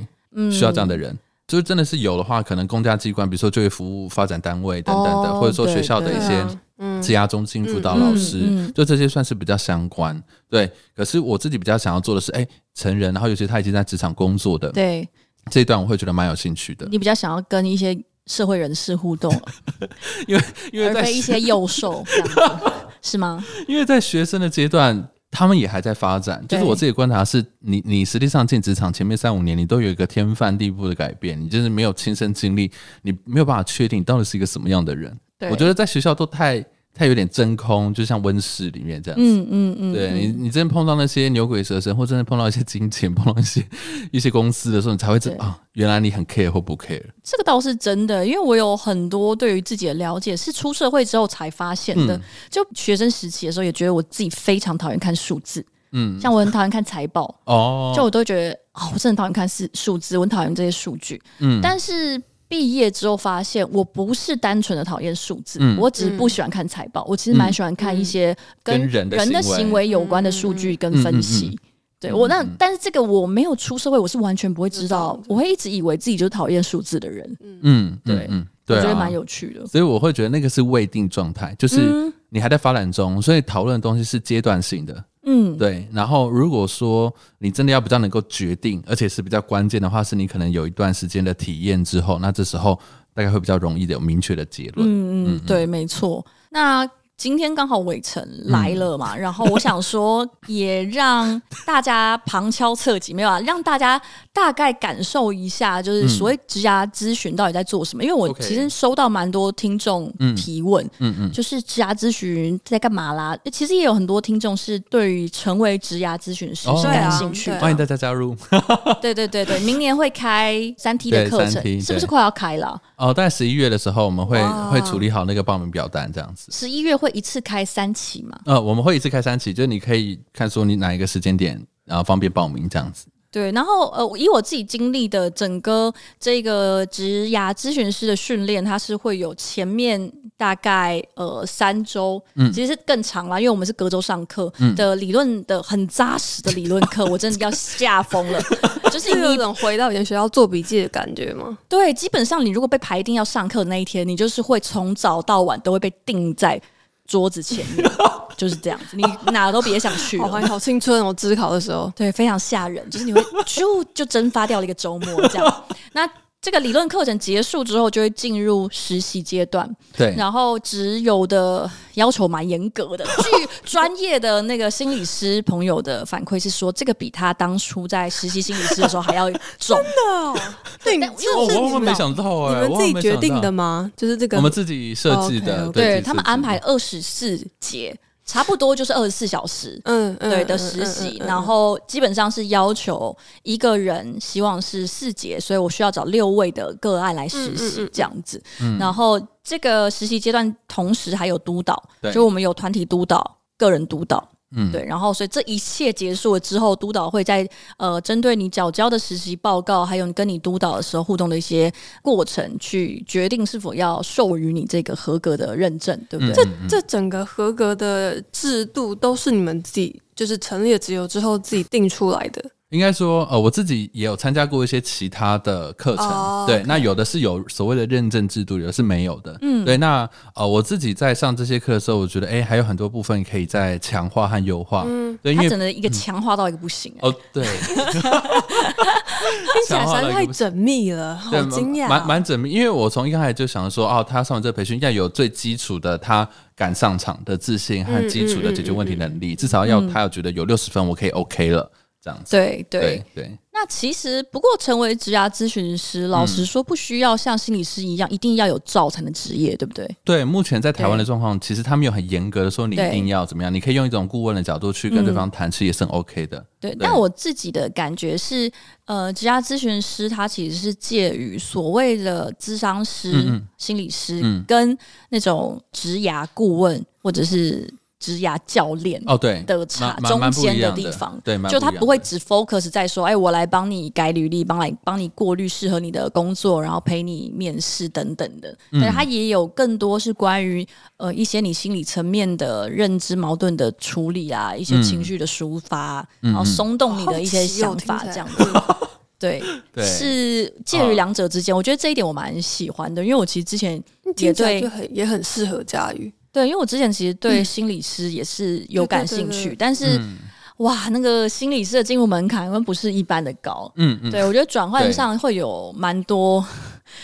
Speaker 3: 需要这样的人。就是真的是有的话，可能公家机关，比如说就业服务发展单位等等的，
Speaker 1: 哦
Speaker 3: 或者说
Speaker 1: 对
Speaker 3: 学校的一
Speaker 1: 对
Speaker 3: 些
Speaker 2: 啊嗯
Speaker 3: 职涯中心辅导老师，
Speaker 1: 嗯嗯
Speaker 3: 就这些算是比较相关。对，可是我自己比较想要做的是，哎、成人，然后尤其他已经在职场工作的
Speaker 1: 对
Speaker 3: 这一段，我会觉得蛮有兴趣的，
Speaker 1: 你比较想要跟一些社会人士互动，
Speaker 3: 因为因为
Speaker 1: 而
Speaker 3: 在
Speaker 1: 非一 些幼兽这样子，是吗？
Speaker 3: 因为在学生的阶段，他们也还在发展。
Speaker 1: 对
Speaker 3: 就是我自己观察是，你你实际上进职场前面三五年，你都有一个天翻地覆的改变，你就是没有亲身经历，你没有办法确定你到底是一个什么样的人。
Speaker 1: 对，
Speaker 3: 我觉得在学校都太太有点真空，就像温室里面这样子。
Speaker 1: 嗯嗯嗯，
Speaker 3: 对你，你真的碰到那些牛鬼蛇神，或真的碰到一些金钱，碰到一些一些公司的时候，你才会知
Speaker 1: 对
Speaker 3: 道啊，原来你很 care 或不 care。
Speaker 1: 这个倒是真的，因为我有很多对于自己的了解是出社会之后才发现的。
Speaker 3: 嗯
Speaker 1: 就学生时期的时候，也觉得我自己非常讨厌看数字，
Speaker 3: 嗯，
Speaker 1: 像我很讨厌看财报，
Speaker 3: 哦，
Speaker 1: 就我都觉得哦，我真的很讨厌看数数字，我很讨厌这些数据。
Speaker 3: 嗯
Speaker 1: 但是毕业之后发现，我不是单纯的讨厌数字，
Speaker 3: 嗯
Speaker 1: 我只是不喜欢看财报，我其实蛮喜欢看一些跟
Speaker 3: 跟人的
Speaker 1: 人的
Speaker 3: 行为
Speaker 1: 行为有关的数据跟分析。
Speaker 3: 嗯嗯嗯
Speaker 1: 对我那，但是这个我没有出社会，我是完全不会知道，我会一直以为自己就是讨厌数字的人，
Speaker 3: 嗯，嗯
Speaker 1: 对
Speaker 3: 嗯，
Speaker 1: 我
Speaker 3: 对、啊，
Speaker 1: 觉得蛮有趣的。
Speaker 3: 所以我会觉得那个是未定状态，就是你还在发展中，所以讨论的东西是阶段性的。
Speaker 1: 嗯，
Speaker 3: 对，然后如果说你真的要比较能够决定，而且是比较关键的话，是你可能有一段时间的体验之后，那这时候大概会比较容易的有明确的结论。
Speaker 1: 嗯嗯，对，没错。那今天刚好伟成来了
Speaker 3: 嗯
Speaker 1: 嘛，然后我想说，也让大家旁敲侧击，没有啊，让大家大概感受一下，就是所谓职涯咨询到底在做什么。因为我
Speaker 3: 嗯 OK
Speaker 1: 其实收到蛮多听众提问，
Speaker 3: 嗯嗯
Speaker 1: 就是职涯咨询在干嘛啦？其实也有很多听众是对于成为职涯咨询师
Speaker 3: 哦
Speaker 1: 是
Speaker 3: 对
Speaker 1: 感
Speaker 3: 啊
Speaker 1: 兴趣的。
Speaker 3: 欢迎大家加入
Speaker 1: 对对对对，明年会开三 T 的
Speaker 3: 对
Speaker 1: 课程
Speaker 3: 三，梯
Speaker 1: 是不是
Speaker 3: 对
Speaker 1: 快要开了？
Speaker 3: 哦，大概十一月的时候，我们会
Speaker 1: 哇
Speaker 3: 会处理好那个报名表单这样子。
Speaker 1: 十一月会一次开三期嘛？
Speaker 3: 呃，我们会一次开三期，就是你可以看说你哪一个时间点，然后方便报名这样子。
Speaker 1: 对，然后呃，我以我自己经历的整个这个职涯咨询师的训练，它是会有前面大概呃三周，其实是更长啦，因为我们是隔周上课的理论的很扎实的理论课，我真的要吓疯了。就是
Speaker 2: 是有一
Speaker 1: 你
Speaker 2: 种回到以前学校做笔记的感觉吗？
Speaker 1: 对，基本上你如果被排定要上课的那一天，你就是会从早到晚都会被定在桌子前面，就是这样子，你哪都别想去
Speaker 2: 好
Speaker 1: 了。
Speaker 2: 怀念，好青春哦！自考的 时候，
Speaker 1: 对，非常吓人，就是你 会就就蒸发掉了一个周末这 样。那这个理论课程结束之后，就会进入实习阶段，
Speaker 3: 对，
Speaker 1: 然后只有的要求蛮严格的。 据专业的那个心理师朋友的反馈是说，这个比他当初在实习心理师的时候还 要重。但
Speaker 2: 对，
Speaker 1: 因为
Speaker 3: 哦，
Speaker 1: 是你
Speaker 3: 我万万没想到
Speaker 2: 你
Speaker 3: 哎、
Speaker 2: 们
Speaker 3: 我
Speaker 2: 自
Speaker 3: 万万
Speaker 2: 己
Speaker 3: 没
Speaker 2: 决
Speaker 3: 想
Speaker 2: 定
Speaker 3: 到
Speaker 2: 的吗？就是这个，哦
Speaker 3: 我们自己设计的，
Speaker 2: OK，OK
Speaker 1: 对
Speaker 3: 自己
Speaker 1: 他们
Speaker 3: 设计
Speaker 1: 安排
Speaker 3: 的
Speaker 1: 二十四节，差不多就是二十四小时。
Speaker 2: 嗯嗯
Speaker 1: 对的
Speaker 2: 嗯
Speaker 1: 实习，
Speaker 2: 嗯嗯嗯
Speaker 1: 然后基本上是要求一个人希望是四节，所以我需要找六位的个案来实
Speaker 2: 嗯嗯
Speaker 1: 习
Speaker 2: 嗯
Speaker 1: 这样子。然后这个实习阶段，同时还有督导
Speaker 3: 对，
Speaker 1: 就我们有团体督导、个人督导。
Speaker 3: 嗯
Speaker 1: 对，然后所以这一切结束了之后，督导会在呃针对你缴交的实习报告，还有你跟你督导的时候互动的一些过程，去决定是否要授予你这个合格的认证，对
Speaker 3: 嗯
Speaker 1: 不对？
Speaker 2: 这这整个合格的制度都是你们自己就是成立了职友之后自己定出来的，
Speaker 3: 应该说，呃，我自己也有参加过一些其他的课程，
Speaker 2: 哦
Speaker 3: 对
Speaker 2: OK
Speaker 3: 那有的是有所谓的认证制度，有的是没有的，
Speaker 1: 嗯
Speaker 3: 对。那呃，我自己在上这些课的时候，我觉得，哎、还有很多部分可以再强化和优化，
Speaker 2: 嗯，
Speaker 3: 对，因
Speaker 1: 它
Speaker 3: 为
Speaker 1: 整个一个强化到一个不行、欸，
Speaker 3: 哦， 对，
Speaker 2: 听起来
Speaker 3: 强
Speaker 2: 实
Speaker 3: 化
Speaker 2: 在
Speaker 3: 到一个
Speaker 2: 太
Speaker 3: 不
Speaker 2: 缜密了，好
Speaker 3: 对，
Speaker 2: 惊
Speaker 1: 啊
Speaker 2: 讶哦，
Speaker 3: 蛮蛮缜密，因为我从一开始就想说，哦，他上了这个培训，要有最基础的他敢上场的自信和
Speaker 2: 嗯
Speaker 3: 基础的解决问题能
Speaker 1: 嗯
Speaker 3: 力，至少要他有觉得有六十分，我可以 OK 了，这样子。
Speaker 1: 对对。
Speaker 3: 对对，
Speaker 1: 那其实不过成为职涯咨询师，老
Speaker 3: 嗯
Speaker 1: 实说，不需要像心理师一样，一定要有照才能职业，对不对？
Speaker 3: 对，目前在台湾的
Speaker 1: 对
Speaker 3: 状况，其实他们有很严格的说你一
Speaker 1: 对嗯
Speaker 3: 定要怎么样，你可以用一种顾问的角度去跟对方谈，其实也是很 OK 的。
Speaker 1: 对，但我自己的感觉是，呃，职涯咨询师他其实是介于所谓的咨商师、
Speaker 3: 嗯嗯
Speaker 1: 心理师、
Speaker 3: 嗯
Speaker 1: 跟那种职涯顾问或者是职涯教练
Speaker 3: 哦，对，
Speaker 1: 的差
Speaker 3: 蛮蛮
Speaker 1: 中
Speaker 3: 蛮不
Speaker 1: 间
Speaker 3: 一样
Speaker 1: 地方。
Speaker 3: 对，蛮
Speaker 1: 就他
Speaker 3: 一样
Speaker 1: 不会
Speaker 3: 的
Speaker 1: 只 focus 在说，哎，我来帮你改履历，帮来帮你过滤适合你的工作，然后陪你面试等等的。但
Speaker 3: 嗯
Speaker 1: 是他也有更多是关于呃一些你心理层面的认知矛盾的处理啊，一些
Speaker 3: 嗯
Speaker 1: 情绪的抒发，
Speaker 3: 嗯
Speaker 1: 然后
Speaker 3: 嗯
Speaker 1: 松动你
Speaker 2: 好
Speaker 1: 的一些
Speaker 2: 奇哦
Speaker 1: 想法，这
Speaker 2: 听起 来
Speaker 1: 样子。对，
Speaker 3: 对
Speaker 1: 是介于两者之间，我觉得这一点我蛮喜欢的，因为我其实之前也
Speaker 2: 听起来
Speaker 1: 对
Speaker 2: 就很也很适合佳瑜。
Speaker 1: 对，因为我之前其实对心理师也是有感兴趣，
Speaker 2: 嗯对对对对
Speaker 1: 但是、
Speaker 3: 嗯
Speaker 1: 哇，那个心理师的进入门槛跟不是一般的高。
Speaker 3: 嗯嗯，
Speaker 1: 对，我觉得转换
Speaker 3: 对
Speaker 1: 上会有蛮多，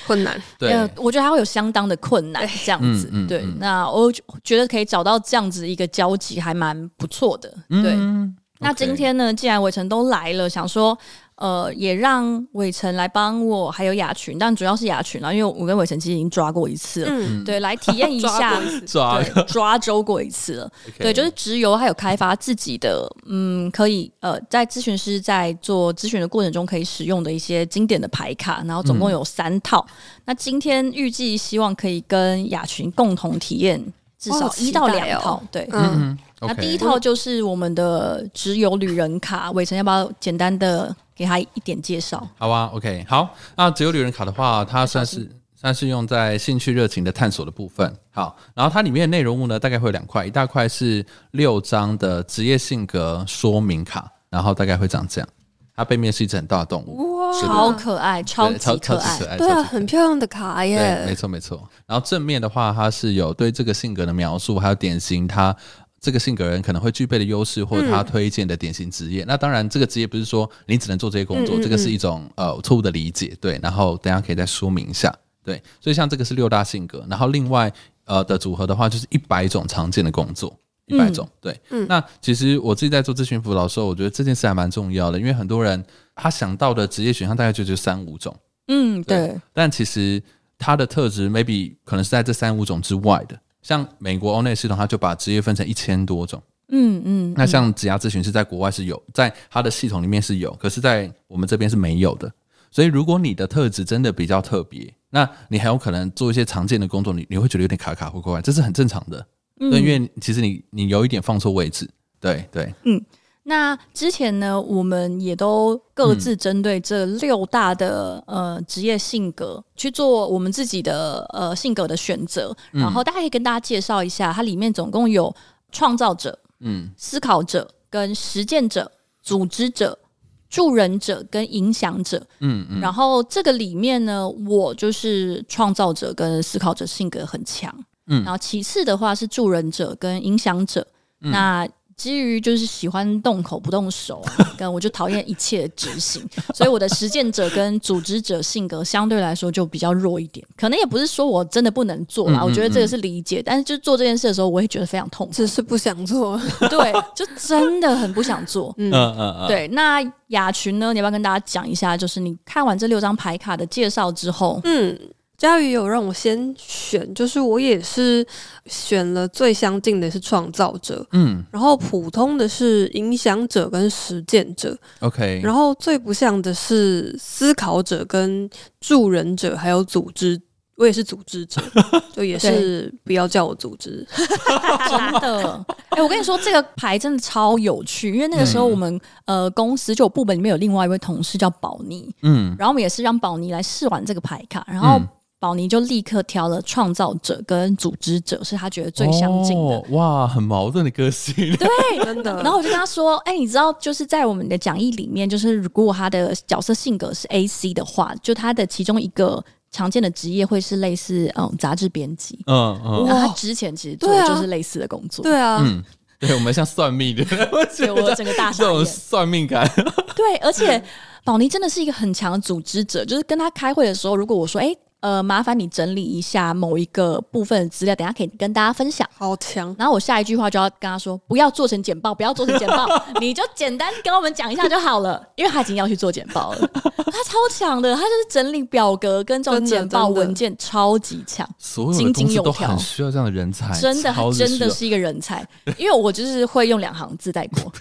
Speaker 2: 困难，
Speaker 3: 对，
Speaker 1: 呃，我觉得它会有相当的困难这样子。
Speaker 3: 嗯嗯
Speaker 1: 对，
Speaker 3: 嗯
Speaker 1: 那我觉得可以找到这样子一个交集，还蛮不错的。对，
Speaker 3: 嗯
Speaker 1: 那
Speaker 3: OK
Speaker 1: 今天呢，既然伟成都来了，想说，呃，也让伟成来帮我，还有雅群，但主要是雅群啊啦，因为我跟伟成其实已经抓过一次了，
Speaker 2: 嗯，
Speaker 1: 对，来体验一
Speaker 2: 抓
Speaker 1: 下
Speaker 2: 过，一次
Speaker 3: 抓
Speaker 1: 对，抓周过一次了。对，就是直邮，它有开发自己的，嗯，可以呃，在咨询师在做咨询的过程中可以使用的一些经典的牌卡，然后总共
Speaker 3: 嗯
Speaker 1: 有三套。那今天预计希望可以跟雅群共同体验至
Speaker 2: 哇好
Speaker 1: 少
Speaker 2: 期
Speaker 1: 一到
Speaker 2: 待
Speaker 1: 两
Speaker 2: 哦
Speaker 1: 套。对，
Speaker 2: 嗯，
Speaker 1: 那
Speaker 3: OK
Speaker 1: 第一套就是我们的直邮旅人卡，伟成要不要简单的给他一点介绍？
Speaker 3: 好啊，OK，好。那只有旅人卡的话，它算是算是用在兴趣热情的探索的部分。好，然后它里面的内容物呢，大概会有两块，一大块是六张的职业性格说明卡，然后大概会长这样。它背面是一只很大的动物，
Speaker 2: 哇，
Speaker 1: 超可爱，超
Speaker 3: 对
Speaker 1: 级
Speaker 3: 超
Speaker 1: 可
Speaker 3: 级
Speaker 1: 爱。
Speaker 3: 可爱，
Speaker 2: 对
Speaker 3: 超级可
Speaker 2: 啊，
Speaker 3: 爱
Speaker 2: 很漂亮的卡
Speaker 3: 对，没
Speaker 2: 耶，
Speaker 3: 错没错。然后正面的话，它是有对这个性格的描述，还有典型他这个性格人可能会具备的优势，或者他推荐的典型职业。那当然，这个职业不是说你只能做这些工作，
Speaker 2: 嗯嗯
Speaker 3: 这个是一种呃错误的理解。对，然后等一下可以再说明一下。对，所以像这个是六大性格，然后另外呃的组合的话，就是一百种常见的工作。一百种，对，那其实我自己在做咨询辅导的时候，我觉得这件事还蛮重要的，因为很多人他想到的职业选项大概就只有三五种，
Speaker 1: 嗯，对，
Speaker 3: 但其实它的特质 maybe 可能是在这三五种之外的。像美国欧内系统，它就把职业分成一千多种。
Speaker 1: 嗯嗯，
Speaker 3: 那像职涯咨询是在国外是有，在它的系统里面是有，可是在我们这边是没有的。所以如果你的特质真的比较特别，那你很有可能做一些常见的工作，你你会觉得有点卡卡或怪怪，这是很正常的。
Speaker 1: 嗯
Speaker 3: 对，因为其实你你有一点放错位置。对对，
Speaker 1: 那之前呢，我们也都各自针对这六大的、呃职业性格去做我们自己的呃性格的选择，然后大家可以跟大家介绍一下，它里面总共有创造者、
Speaker 3: 嗯
Speaker 1: 思考者、跟实践者、组织者。助人者跟影响者，
Speaker 3: 嗯嗯，
Speaker 1: 然后这个里面呢，我就是创造者跟思考者性格很强，
Speaker 3: 嗯
Speaker 1: 然后其次的话是助人者跟影响者，那。基于就是喜欢动口不动手啊，跟我就讨厌一切的执 行，所以我的实践者跟组织者性格相对来说就比较弱一点。可能也不是说我真的不能做啦，
Speaker 3: 嗯嗯
Speaker 1: 我觉得这个是理解，但是就做这件事的时候，我会觉得非常痛苦，
Speaker 2: 只是不想做，
Speaker 1: 对，就真的很不想做。
Speaker 3: 嗯嗯嗯，
Speaker 1: 对，那雅群呢？你要不要跟大家讲一下？就是你看完这六张牌卡的介绍之后，
Speaker 2: 嗯，佳宇有让我先选，就是我也是选了最相近的是创造者，
Speaker 3: 嗯
Speaker 2: 然后普通的是影响者跟实践者，
Speaker 3: ，OK，
Speaker 2: 然后最不像的是思考者跟助人者，还有组织。我也是组织者，就也是不要叫我组织，
Speaker 1: 真的，哎、我跟你说，这个牌真的超有趣，因为那个时
Speaker 3: 嗯
Speaker 1: 候我们、呃公司就有部门里面有另外一位同事叫宝妮，
Speaker 3: 嗯
Speaker 1: 然后我们也是让宝妮来试玩这个牌卡，然后
Speaker 3: 嗯
Speaker 1: 宝妮就立刻挑了创造者跟组织者，是他觉得最相近的。
Speaker 3: 哦哇，很矛盾的个性。对，
Speaker 2: 真的。
Speaker 1: 然后我就跟他说：“哎、你知道，就是在我们的讲义里面，就是如果他的角色性格是 A C 的话，就他的其中一个常见的职业会是类似嗯杂志编辑。
Speaker 3: 嗯嗯
Speaker 1: 然后他
Speaker 2: 哇
Speaker 1: 之前其实做
Speaker 2: 哦对
Speaker 1: 的
Speaker 2: 啊
Speaker 1: 就是类似的工作。
Speaker 2: 对啊，
Speaker 3: 嗯， 对，我们像算命的，我觉
Speaker 1: 对 我
Speaker 3: 得
Speaker 1: 整个大傻
Speaker 3: 这种
Speaker 1: 眼。
Speaker 3: 算命 感，
Speaker 1: 对，而且宝妮真的是一个很强的组织者，就是跟他开会的时候，如果我说：哎、呃，麻烦你整理一下某一个部分的资料，等一下可以跟大家分享。”
Speaker 2: 好强。
Speaker 1: 然后我下一句话就要跟他说，不要做成简报，不要做成简 报，你就简单跟我们讲一下就好了，因为他已经要去做简报 了。他超强的，他就是整理表格跟这种
Speaker 2: 真的
Speaker 1: 简报
Speaker 2: 真的
Speaker 1: 文件超级强，
Speaker 3: 所有的
Speaker 1: 井井
Speaker 3: 公司
Speaker 1: 有
Speaker 3: 都
Speaker 1: 条
Speaker 3: 很需要这样的人才，
Speaker 1: 真的
Speaker 3: 超级
Speaker 1: 真的
Speaker 3: 需
Speaker 1: 是一个人才。因为我就是会用两行字带 过，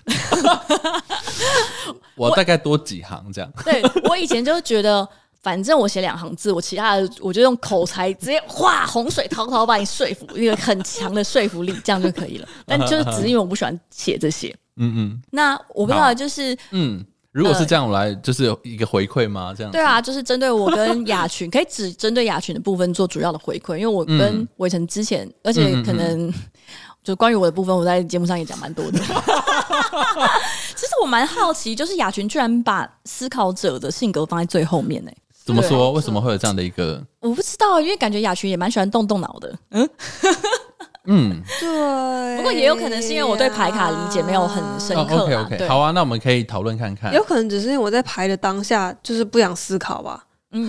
Speaker 3: 要我大概多几行这样。
Speaker 1: 对我以前就觉得。反正我写两行字，我其他的我就用口才直接哗洪水滔滔把你说服，一个很强的说服力，这样就可以了。但就是只是因为我不喜欢写这些。
Speaker 3: 嗯嗯
Speaker 1: 那我不知
Speaker 3: 好
Speaker 1: 道，就是
Speaker 3: 嗯，如果是这样，我来就是有一个回馈吗？这 样
Speaker 1: 对啊，就是针对我 跟雅群，可以只针对雅群的部分做主要的回馈，因为我跟
Speaker 3: 嗯
Speaker 1: 伟成之前，而且可能 就关于我的部分，我在节目上也讲蛮 多的。 其实我蛮好奇，就是雅群居然把思考者的性格放在最后面呢、欸
Speaker 3: 怎么
Speaker 2: 对啊
Speaker 3: 说？为什么会有这样的一个？
Speaker 1: 我不知道，因为感觉雅群也蛮喜欢动动脑的，
Speaker 3: 嗯，
Speaker 2: 对，
Speaker 1: 不过也有可能是因为我对牌卡理解没有很深
Speaker 3: 哦
Speaker 1: 刻啦
Speaker 3: ，OK OK，
Speaker 1: 对
Speaker 3: 好啊，那我们可以讨论看看
Speaker 2: 有。可能只是因为我在排的当下就是不想思考吧。嗯，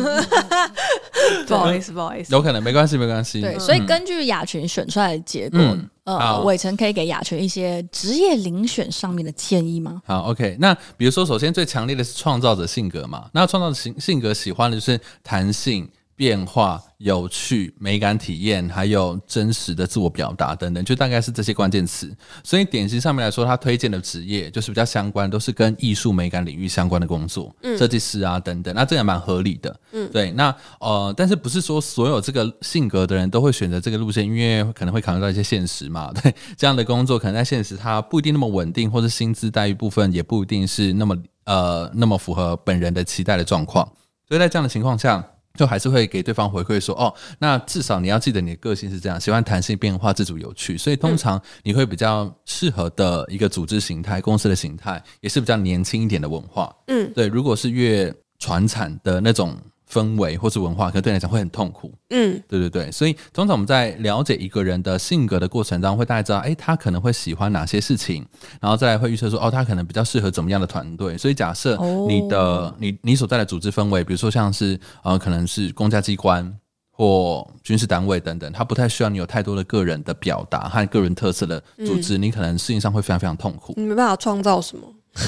Speaker 2: 不好意思，不好意思。
Speaker 3: 有可能，没关系，没关系。
Speaker 1: 对，
Speaker 3: 嗯
Speaker 1: 所以根据雅群选出来的结果，
Speaker 3: 嗯
Speaker 1: 呃，
Speaker 3: 好
Speaker 1: 伟成可以给雅群一些职业遴选上面的建议吗？
Speaker 3: 好，OK。那比如说，首先最强烈的是创造者性格嘛。那创造者性性格喜欢的就是弹性、变化、有趣、美感体验，还有真实的自我表达等等，就大概是这些关键词。所以典型上面来说，他推荐的职业就是比较相关，都是跟艺术美感领域相关的工作，设计师啊等等。那这也蛮合理的，嗯，对。那呃，但是不是说所有这个性格的人都会选择这个路线，因为可能会考虑到一些现实嘛， 对。这样的工作可能在现实它不一定那么稳定，或是薪资待遇部分也不一定是那么呃那么符合本人的期待的状况。所以在这样的情况下，就还是会给对方回馈说，哦，那至少你要记得你的个性是这样，喜欢弹性变化、自主有趣，所以通常你会比较适合的一个组织形态、公司的形态，也是比较年轻一点的文化。
Speaker 2: 嗯
Speaker 3: 对，如果是越传产的那种氛围或是文化，可能对你来讲会很痛苦。
Speaker 2: 嗯
Speaker 3: 对对对，所以通常我们在了解一个人的性格的过程当中，会大概知道，哎，他可能会喜欢哪些事情，然后再来会预测说，哦，他可能比较适合怎么样的团队。所以假设
Speaker 1: 哦
Speaker 3: 你的、你你所在的组织氛围，比如说像是呃，可能是公家机关或军事单位等等，它不太需要你有太多的个人的表达和个人特色的组织，你可能适应上会非常非常痛苦。
Speaker 2: 你没办法创造什么。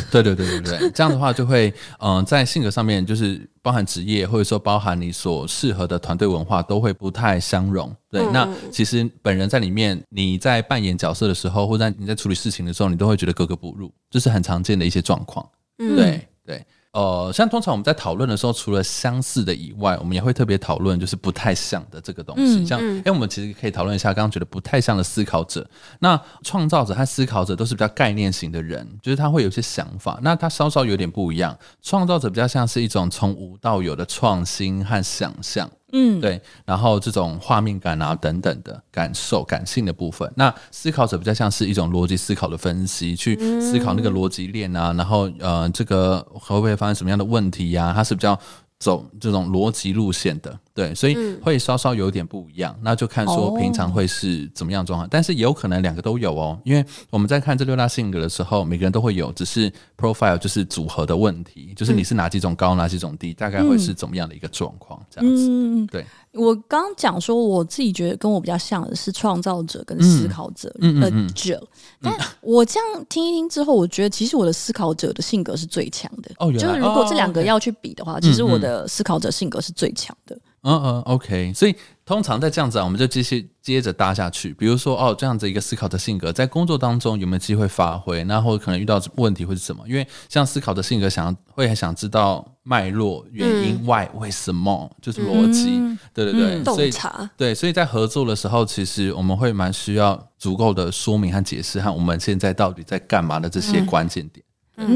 Speaker 3: 对对对对对，这样的话就会，嗯、在性格上面就是包含职业，或者说包含你所适合的团队文化，都会不太相容。对，
Speaker 2: 嗯
Speaker 3: 那其实本人在里面，你在扮演角色的时候，或者你在处理事情的时候，你都会觉得格格不入，这、是很常见的一些状况。
Speaker 2: 嗯
Speaker 3: 对对，呃，像通常我们在讨论的时候，除了相似的以外，我们也会特别讨论就是不太像的这个东西。
Speaker 1: 嗯
Speaker 3: 像，哎、我们其实可以讨论一下刚刚觉得不太像的思考者。那创造者和思考者都是比较概念型的人，就是他会有一些想法，那他稍稍有点不一样。创造者比较像是一种从无到有的创新和想象。
Speaker 1: 嗯，
Speaker 3: 对，然后这种画面感啊等等的感受、感性的部分，那思考者比较像是一种逻辑思考的分析，去思考那个逻辑链啊，然后呃，这个会不会发生什么样的问题呀、它是比较走这种逻辑路线的，对，所以会稍稍有点不一样，那就看说平常会是怎么样的状况，但是也有可能两个都有哦，因为我们在看这六大性格的时候，每个人都会有，只是 profile 就是组合的问题，就是你是哪几种高，哪几种低，大概会是怎么样的一个状况，这样子，
Speaker 1: 嗯，
Speaker 3: 对。
Speaker 1: 我刚讲说，我自己觉得跟我比较像的是创造者跟思考者
Speaker 3: 嗯
Speaker 1: 的者，但我这样听一听之后，我觉得其实我的思考者的性格是最强的。
Speaker 3: 哦原
Speaker 1: 就
Speaker 3: 来
Speaker 1: 是如果这两
Speaker 3: 哦
Speaker 1: 个
Speaker 3: ，OK
Speaker 1: 要去比的话，其实我的思考者性格是最强的。
Speaker 3: 嗯嗯，OK，所以通常在这样子啊，我们就继续接着搭下去。比如说哦，这样子一个思考的性格，在工作当中有没有机会发挥？那或者可能遇到问题会是什么？因为像思考的性格想，要会很想知道脉络、原因、why、为什么，就是嗯逻辑。对对对，
Speaker 1: 嗯
Speaker 3: 所
Speaker 2: 洞
Speaker 3: 以
Speaker 2: 察。
Speaker 3: 对，所以在合作的时候，其实我们会蛮需要足够的说明和解释，和我们现在到底在干嘛的这些关键点。
Speaker 1: 嗯嗯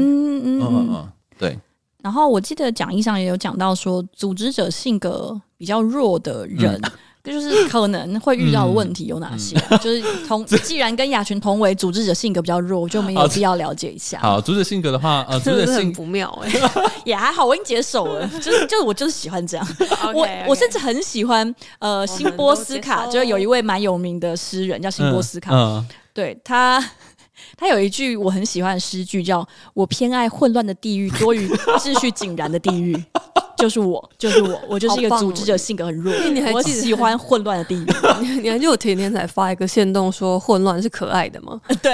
Speaker 1: 嗯
Speaker 3: 嗯嗯嗯，对，
Speaker 1: 然后我记得讲义上也有讲到说，组织者性格比较弱的人。
Speaker 3: 嗯
Speaker 1: 这就是可能会遇到的问题有哪些？就是 同既然跟雅群同为组织者性格比较弱，我就没有必要了解一下。
Speaker 3: 好，主者性格的话， 呃，主
Speaker 2: 真的
Speaker 3: 者
Speaker 2: 是很
Speaker 3: 性
Speaker 2: 不妙哎、
Speaker 1: 也还好，我已经接受了，就是就我就是喜欢这样。我我甚至很喜欢呃，
Speaker 2: 们
Speaker 1: 辛波斯卡，
Speaker 2: 哦都接
Speaker 1: 就
Speaker 2: 受
Speaker 1: 是有一位蛮有名的诗人叫辛波斯卡，
Speaker 3: 嗯，
Speaker 1: 对他。他有一句我很喜欢的诗句，叫“我偏爱混乱的地狱多于秩序井然的地 狱”，就是我，就是我，我就是一个
Speaker 2: 好棒哦
Speaker 1: 组织者性格很弱，
Speaker 2: 你还
Speaker 1: 我
Speaker 2: 记得
Speaker 1: 喜欢混乱的 地狱。
Speaker 2: 你还记得我前天才发一个线动说混乱是可爱的 吗？
Speaker 1: 对，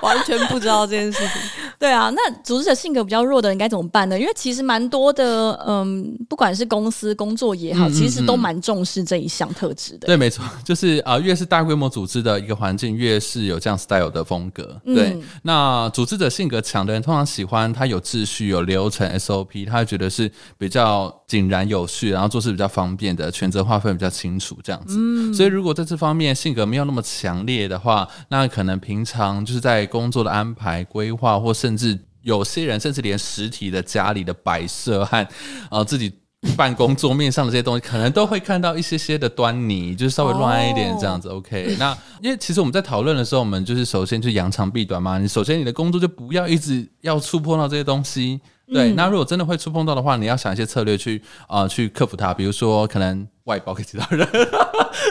Speaker 2: 完全不知道这件事情。
Speaker 1: 对啊，那组织者性格比较弱的人该怎么办呢？因为其实蛮多的，嗯，不管是公司工作也好，
Speaker 3: 嗯嗯
Speaker 1: 其实都
Speaker 3: 嗯
Speaker 1: 蛮重视这一项特质的。
Speaker 3: 对，没错，就是啊、呃越是大规模组织的一个环境，越是有这样 style 的风格。对，
Speaker 1: 嗯
Speaker 3: 那组织者性格强的人，通常喜欢他有秩序、有流程 SOP，他会觉得是比较井然有序，然后做事比较方便的，权责划分比较清楚这样子。
Speaker 1: 嗯
Speaker 3: 所以如果在这方面性格没有那么强烈的话，那可能平常就是在工作的安排、规划，或甚至有些人甚至连实体的家里的摆设和呃自己。办公桌面上的这些东西，可能都会看到一些些的端倪，就是稍微乱一点这样子。OK，那
Speaker 1: 哦
Speaker 3: 因为其实我们在讨论的时候，我们就是首先就扬长避短嘛。你首先你的工作就不要一直要触碰到这些东西。
Speaker 1: 嗯
Speaker 3: 对，那如果真的会触碰到的话，你要想一些策略去啊、呃去克服它，比如说可能外包给其他人，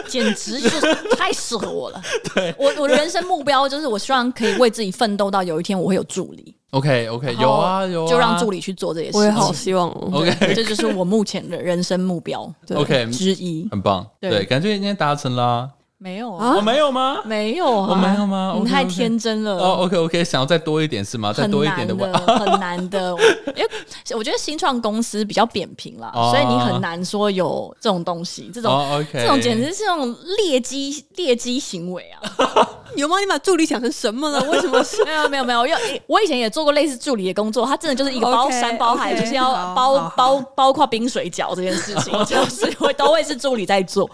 Speaker 1: 简直就是太适合我 了。对，我我的人生目标就是，我希望可以为自己奋斗到有一天我会有助理，
Speaker 3: OK OK，有啊有啊，
Speaker 1: 哦就让助理去做这些
Speaker 2: 我也
Speaker 1: 事
Speaker 2: 好
Speaker 1: 情。
Speaker 2: 希望哦。
Speaker 3: OK
Speaker 1: 这就是我目前的人生目标
Speaker 2: 对
Speaker 3: OK，
Speaker 1: 之一。
Speaker 3: 很棒，
Speaker 1: 对
Speaker 3: 对，感觉已经达成啦。
Speaker 1: 没有
Speaker 2: 啊
Speaker 1: 啊，
Speaker 3: 我没有吗？
Speaker 1: 没有啊，
Speaker 3: 我哦没有吗
Speaker 1: 你
Speaker 3: OK，OK
Speaker 1: 太天真了。
Speaker 3: 哦，OK OK，想要再多一点是吗？再
Speaker 1: 很
Speaker 3: 多一
Speaker 1: 难
Speaker 3: 点的
Speaker 1: 的，
Speaker 3: 外，
Speaker 1: 很难的，因为我觉得新创公司比较扁平啦，
Speaker 3: 哦
Speaker 1: 所以你很难说有这种东西，这种、
Speaker 3: 哦 OK，
Speaker 1: 这种简直是那种劣迹劣迹行为啊！
Speaker 2: 有吗？你把助理想成什么了？为什么是？
Speaker 1: 没有没有没有，因为我以前也做过类似助理的工作，他真的就是一个包
Speaker 2: 哎 OK，
Speaker 1: 山包海
Speaker 2: OK，
Speaker 1: 就是要
Speaker 2: 好
Speaker 1: 包
Speaker 2: 好好
Speaker 1: 包包括冰水饺这件事 情，就是会都会是助理在做，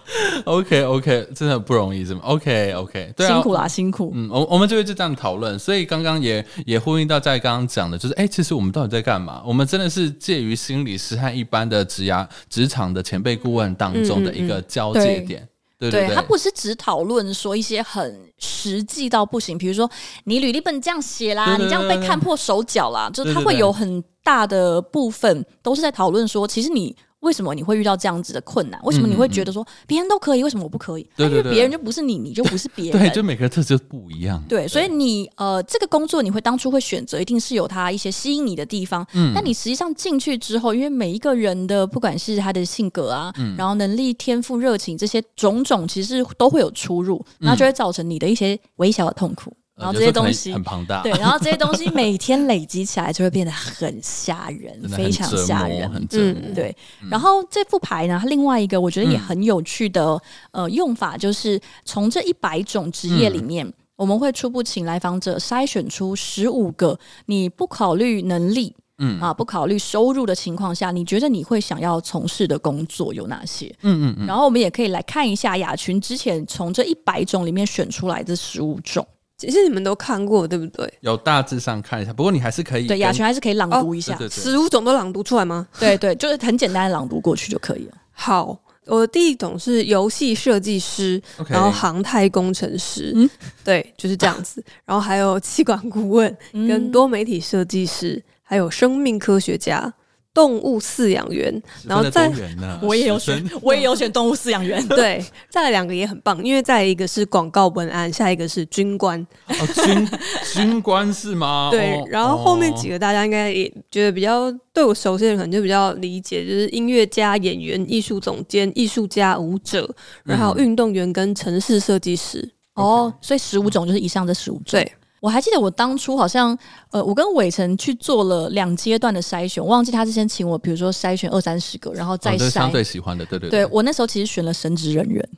Speaker 3: OK OK，真的很不容易，是吗？OK OK，对啊，
Speaker 1: 辛苦啦，辛苦。
Speaker 3: 嗯，我我们就会就这样讨论，所以刚刚也也呼应到在刚刚讲的，就是哎、其实我们到底在干嘛？我们真的是介于心理师和一般的职涯职场的前辈顾问当中的一个交界点，对
Speaker 1: 嗯对
Speaker 3: 对，
Speaker 1: 他不是只讨论说一些很实际到不行，比如说你履历不能这样写啦，
Speaker 3: 对对
Speaker 1: 你这样
Speaker 3: 对
Speaker 1: 被
Speaker 3: 对
Speaker 1: 看破手脚啦，就是他
Speaker 3: 对对
Speaker 1: 会
Speaker 3: 对
Speaker 1: 有很大的部分都是在讨论说，其实你。为什么你会遇到这样子的困难？为什么你会觉得说别人都可以，为什么我不可以？
Speaker 3: 嗯对
Speaker 1: 啊
Speaker 3: 对
Speaker 1: 因为
Speaker 3: 对
Speaker 1: 别人就不是你，你就不是别人。
Speaker 3: 对，就每个人特质不一样，
Speaker 1: 对，所以你呃，这个工作你会当初会选择，一定是有它一些吸引你的地方。嗯，但你实际上进去之后，因为每一个人的不管是他的性格啊，
Speaker 3: 嗯
Speaker 1: 然后能力、天赋、热情这些种种，其实都会有出入，然后就会造成你的一些微小的痛苦，
Speaker 3: 嗯呃
Speaker 1: 然后
Speaker 3: 有
Speaker 1: 这些
Speaker 3: 时候可能
Speaker 1: 东西
Speaker 3: 很。庞大，
Speaker 1: 对，然后这些东西每天累积起来，就会变得很吓人，
Speaker 3: 真的
Speaker 1: 非
Speaker 3: 很
Speaker 1: 常
Speaker 3: 折
Speaker 1: 吓
Speaker 3: 磨
Speaker 1: 人。
Speaker 3: 很折磨。
Speaker 2: 嗯
Speaker 1: 对，然后这副牌呢，它另外一个我觉
Speaker 3: 嗯
Speaker 1: 得也很有趣的、呃用法，就是从这一百种职业里
Speaker 3: 嗯
Speaker 1: 面，我们会初步请来访者筛选出十五个你不考虑能力，嗯啊，不考虑收入的情况下，你觉得你会想要从事的工作有哪些？
Speaker 3: 嗯嗯嗯，
Speaker 1: 然后我们也可以来看一下雅群之前从这一百种里面选出来的十五种，
Speaker 2: 其实你们都看过，对不对？
Speaker 3: 有大致上看一下，不过你还是可以
Speaker 1: 对，
Speaker 3: 跟哦
Speaker 1: 雅群还是可以朗读一下，
Speaker 3: 对对对
Speaker 2: 十五种都朗读出来吗？
Speaker 1: 对对，就是很简单的朗读过去就可以了。
Speaker 2: 好，我的第一种是游戏设计师
Speaker 3: OK
Speaker 2: 然后航太工程师，
Speaker 1: 嗯
Speaker 2: 对，就是这样子。然后还有气管顾问，跟多媒体设计师，还有生命科学家、动物饲养员，然后
Speaker 3: 十分
Speaker 2: 再
Speaker 3: 的多元 呢，
Speaker 1: 我也有
Speaker 3: 十分
Speaker 1: 选，我也有选动物饲养员。
Speaker 2: 对，再来两个也很棒，因为再来一个是广告文案，下一个是军官，
Speaker 3: 哦，军 军官是吗？
Speaker 2: 对。
Speaker 3: 哦
Speaker 2: 然后后面几
Speaker 3: 哦
Speaker 2: 个大家应该也觉得比较对我熟悉的人可能就比较理解，就是音乐家、演员、艺术总监、艺术家、舞者，
Speaker 3: 嗯
Speaker 2: 然后还有运动员跟城市设计师。
Speaker 1: 哦，所以十五种就是以上这十五种。
Speaker 2: 对，
Speaker 1: 我还记得我当初好像，呃，我跟伟成去做了两阶段的筛选，我忘记他之前请我，比如说筛选二三十个，然后再
Speaker 3: 哦这是
Speaker 1: 筛。
Speaker 3: 相对喜欢的，对对嗯
Speaker 1: 对我那时候其实选了神职人员，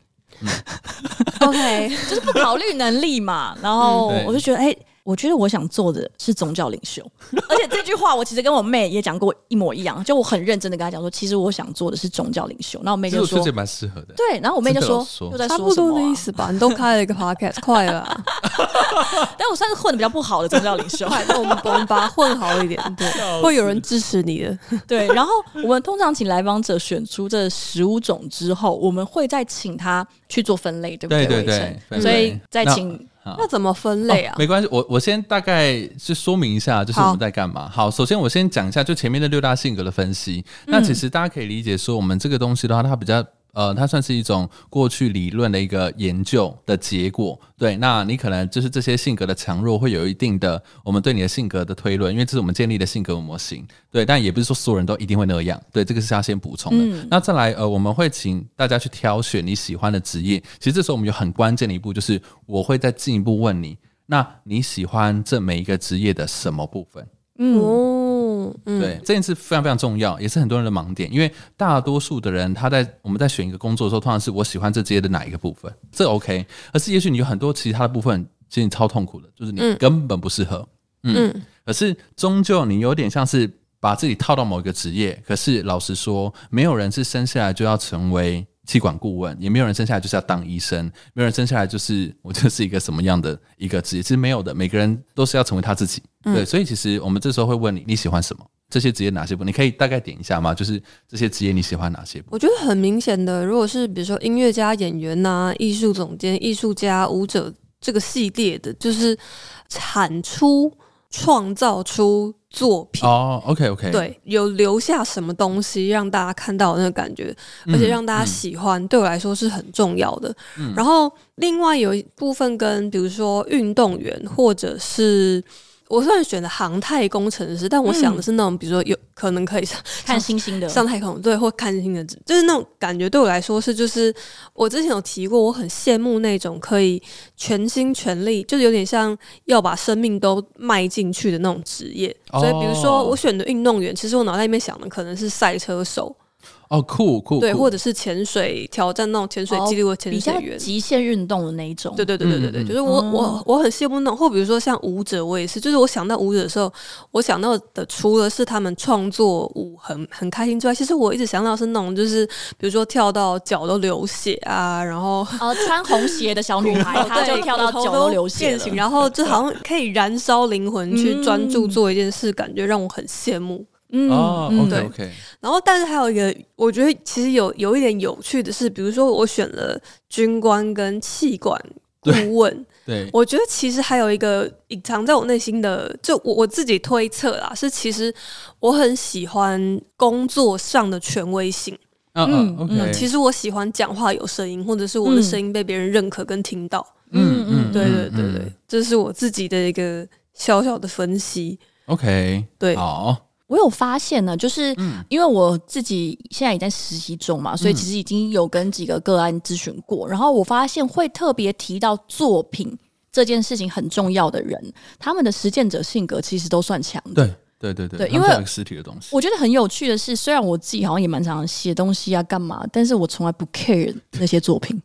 Speaker 2: OK，
Speaker 1: 就是不考虑能力嘛。然后
Speaker 3: 嗯对
Speaker 1: 我就觉得，哎、我觉得我想做的是宗教领袖， 而且这句话我其实跟我妹也讲过一模一样，就我很认真的跟她讲说，其实我想做的是宗教领袖。然后我妹
Speaker 3: 其实
Speaker 1: 就
Speaker 3: 我觉
Speaker 1: 说
Speaker 3: 得这，蛮适合的。
Speaker 1: 对，然后我妹就
Speaker 3: 真的有
Speaker 1: 说，
Speaker 3: 说
Speaker 1: 又在
Speaker 2: 差
Speaker 1: 说
Speaker 2: 不
Speaker 1: 什
Speaker 2: 多
Speaker 1: 么
Speaker 2: 的
Speaker 1: 啊、
Speaker 2: 意思吧。你都开了一个 podcast，快了啊、
Speaker 1: 但我算是混的比较不好的宗教领袖。
Speaker 2: 快那我们我们把它混好一点， 对，
Speaker 1: 哦
Speaker 2: 会有人支持你的。
Speaker 1: 对，然后我们通常请来访者选出这十五种之后，我们会再请他去做分类，对不
Speaker 3: 对
Speaker 1: 对
Speaker 3: 对对分类
Speaker 1: 所以再
Speaker 3: 那
Speaker 1: 请
Speaker 3: 好
Speaker 2: 那怎么分类啊
Speaker 3: 哦？没关系，我我先大概是说明一下，就是
Speaker 2: 好
Speaker 3: 我们在干嘛。好首先我先讲一下就前面的六大性格的分析。
Speaker 2: 嗯
Speaker 3: 那其实大家可以理解说，我们这个东西的话，它比较。呃，它算是一种过去理论的一个研究的结果。对，那你可能就是这些性格的强弱会有一定的我们对你的性格的推论，因为这是我们建立的性格模型。对，但也不是说所有人都一定会那样。对，这个是要先补充的。
Speaker 2: 嗯
Speaker 3: 那再来，呃，我们会请大家去挑选你喜欢的职业。其实这时候我们有很关键的一步，就是我会再进一步问你，那你喜欢这每一个职业的什么部分？
Speaker 2: 哦，嗯，
Speaker 3: 对，这件事非常非常重要，也是很多人的盲点。因为大多数的人，他在我们在选一个工作的时候，通常是我喜欢这职业的哪一个部分，这 OK。而是也许你有很多其他的部分，其实你超痛苦的，就是你
Speaker 2: 嗯
Speaker 3: 根本不适合。嗯
Speaker 2: 嗯
Speaker 3: 可是终究你有点像是把自己套到某一个职业。可是老实说，没有人是生下来就要成为气管顾问，也没有人生下来就是要当医生，没有人生下来就是我就是一个什么样的一个职业，其实没有的，每个人都是要成为他自己。
Speaker 2: 嗯
Speaker 3: 对，所以其实我们这时候会问你你喜欢什么，这些职业哪些部分，你可以大概点一下吗？就是这些职业你喜欢哪些部分？
Speaker 2: 我觉得很明显的，如果是比如说音乐家、演员呐、艺术总监、艺术家、舞者这个系列的，就是产出、创造出作品。
Speaker 3: 哦，OK OK，，
Speaker 2: 对，有留下什么东西让大家看到的那个感觉，
Speaker 3: 嗯嗯
Speaker 2: 而且让大家喜欢，对我来说是很重要的。然后另外有一部分跟比如说运动员或者是。我虽然选的航太工程师，但我想
Speaker 3: 嗯
Speaker 2: 的是那种，比如说有可能可以上
Speaker 1: 看星星的，
Speaker 2: 上太空，对，或看星的，就是那种感觉对我来说是，就是我之前有提过，我很羡慕那种可以全心全力，就是有点像要把生命都迈进去的那种职业。所以，比如说
Speaker 3: 哦
Speaker 2: 我选的运动员，其实我脑袋里面想的可能是赛车手，
Speaker 3: 哦，酷酷，
Speaker 2: 对，
Speaker 3: 酷
Speaker 2: 或者是潜水挑战那种潜水
Speaker 1: 哦
Speaker 2: 纪录的潜
Speaker 1: 比
Speaker 2: 水
Speaker 1: 较
Speaker 2: 员。
Speaker 1: 极限运动的那一种。
Speaker 2: 对对对对对
Speaker 3: 嗯嗯
Speaker 2: 对，
Speaker 3: 嗯
Speaker 2: 就是我
Speaker 1: 哦
Speaker 2: 我我很羡慕那种，或比如说像舞者，我也是，就是我想到舞者的时候，我想到的除了是他们创作舞很很开心之外，其实我一直想到的是那种，就是比如说跳到脚都流血啊，然后
Speaker 1: 呃，穿红鞋的小女 孩，她就
Speaker 2: 对
Speaker 1: 跳到
Speaker 2: 头
Speaker 1: 脚都流血
Speaker 2: 变
Speaker 1: 了
Speaker 2: 形，。然后就好像可以燃烧灵魂去专注
Speaker 1: 嗯
Speaker 2: 做一件事，感觉让我很羡慕。
Speaker 1: 嗯
Speaker 3: 哦
Speaker 1: 嗯
Speaker 3: ，OK
Speaker 2: 对
Speaker 3: OK，
Speaker 2: 然后，但是还有一个，我觉得其实有有一点有趣的是，比如说我选了军官跟气管顾
Speaker 3: 对
Speaker 2: 问，
Speaker 3: 对，
Speaker 2: 我觉得其实还有一个隐藏在我内心的，就我我自己推测啦，是其实我很喜欢工作上的权威性。
Speaker 3: 嗯
Speaker 1: 嗯
Speaker 3: 嗯
Speaker 1: 嗯
Speaker 3: ，OK，
Speaker 2: 其实我喜欢讲话有声音，或者是我的
Speaker 1: 嗯
Speaker 2: 声音被别人认可跟听到。
Speaker 1: 嗯嗯
Speaker 2: 对对对
Speaker 3: 嗯
Speaker 2: 对，这是我自己的一个小小的分析。
Speaker 3: ，OK，
Speaker 2: 对，
Speaker 3: 好，
Speaker 1: 我有发现呢，就是因为我自己现在也在实习中嘛，所以其实已经有跟几个个案咨询过，然后我发现会特别提到作品这件事情很重要的人，他们的实践者性格其实都算强的。
Speaker 3: 对对对
Speaker 1: 对
Speaker 3: 对，
Speaker 1: 因为
Speaker 3: 它们是有一个实体的东西，
Speaker 1: 我觉得很有趣的是，虽然我自己好像也蛮常写东西啊，干嘛，但是我从来不 care 那些作品。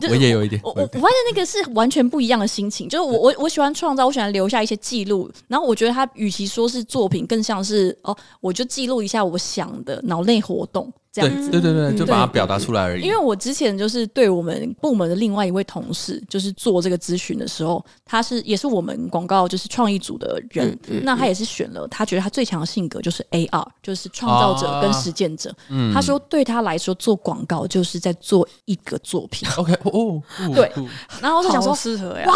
Speaker 1: 就
Speaker 3: 我也有一点，
Speaker 1: 我我
Speaker 3: 有
Speaker 1: 我
Speaker 3: 一点
Speaker 1: 发现那个是完全不一样的心情，就是我我我喜欢创造，我喜欢留下一些记录，然后我觉得它与其说是作品，更像是哦，我就记录一下我想的脑内活动这样子。
Speaker 3: 对对对对，就
Speaker 1: 嗯
Speaker 3: 把它
Speaker 1: 对
Speaker 3: 表达出来而已。
Speaker 1: 因为我之前就是对我们部门的另外一位同事，就是做这个咨询的时候，他是也是我们广告就是创意组的人，
Speaker 3: 嗯
Speaker 1: 那他也是选了他觉得他最强的性格就是 AR，就是创造者跟实践者。
Speaker 3: 啊嗯
Speaker 1: 他说对他来说做广告就是在做一个作 品，
Speaker 3: OK 哦哦，酷
Speaker 1: 对
Speaker 3: 酷
Speaker 1: 然后我就想说
Speaker 2: 好适合呀，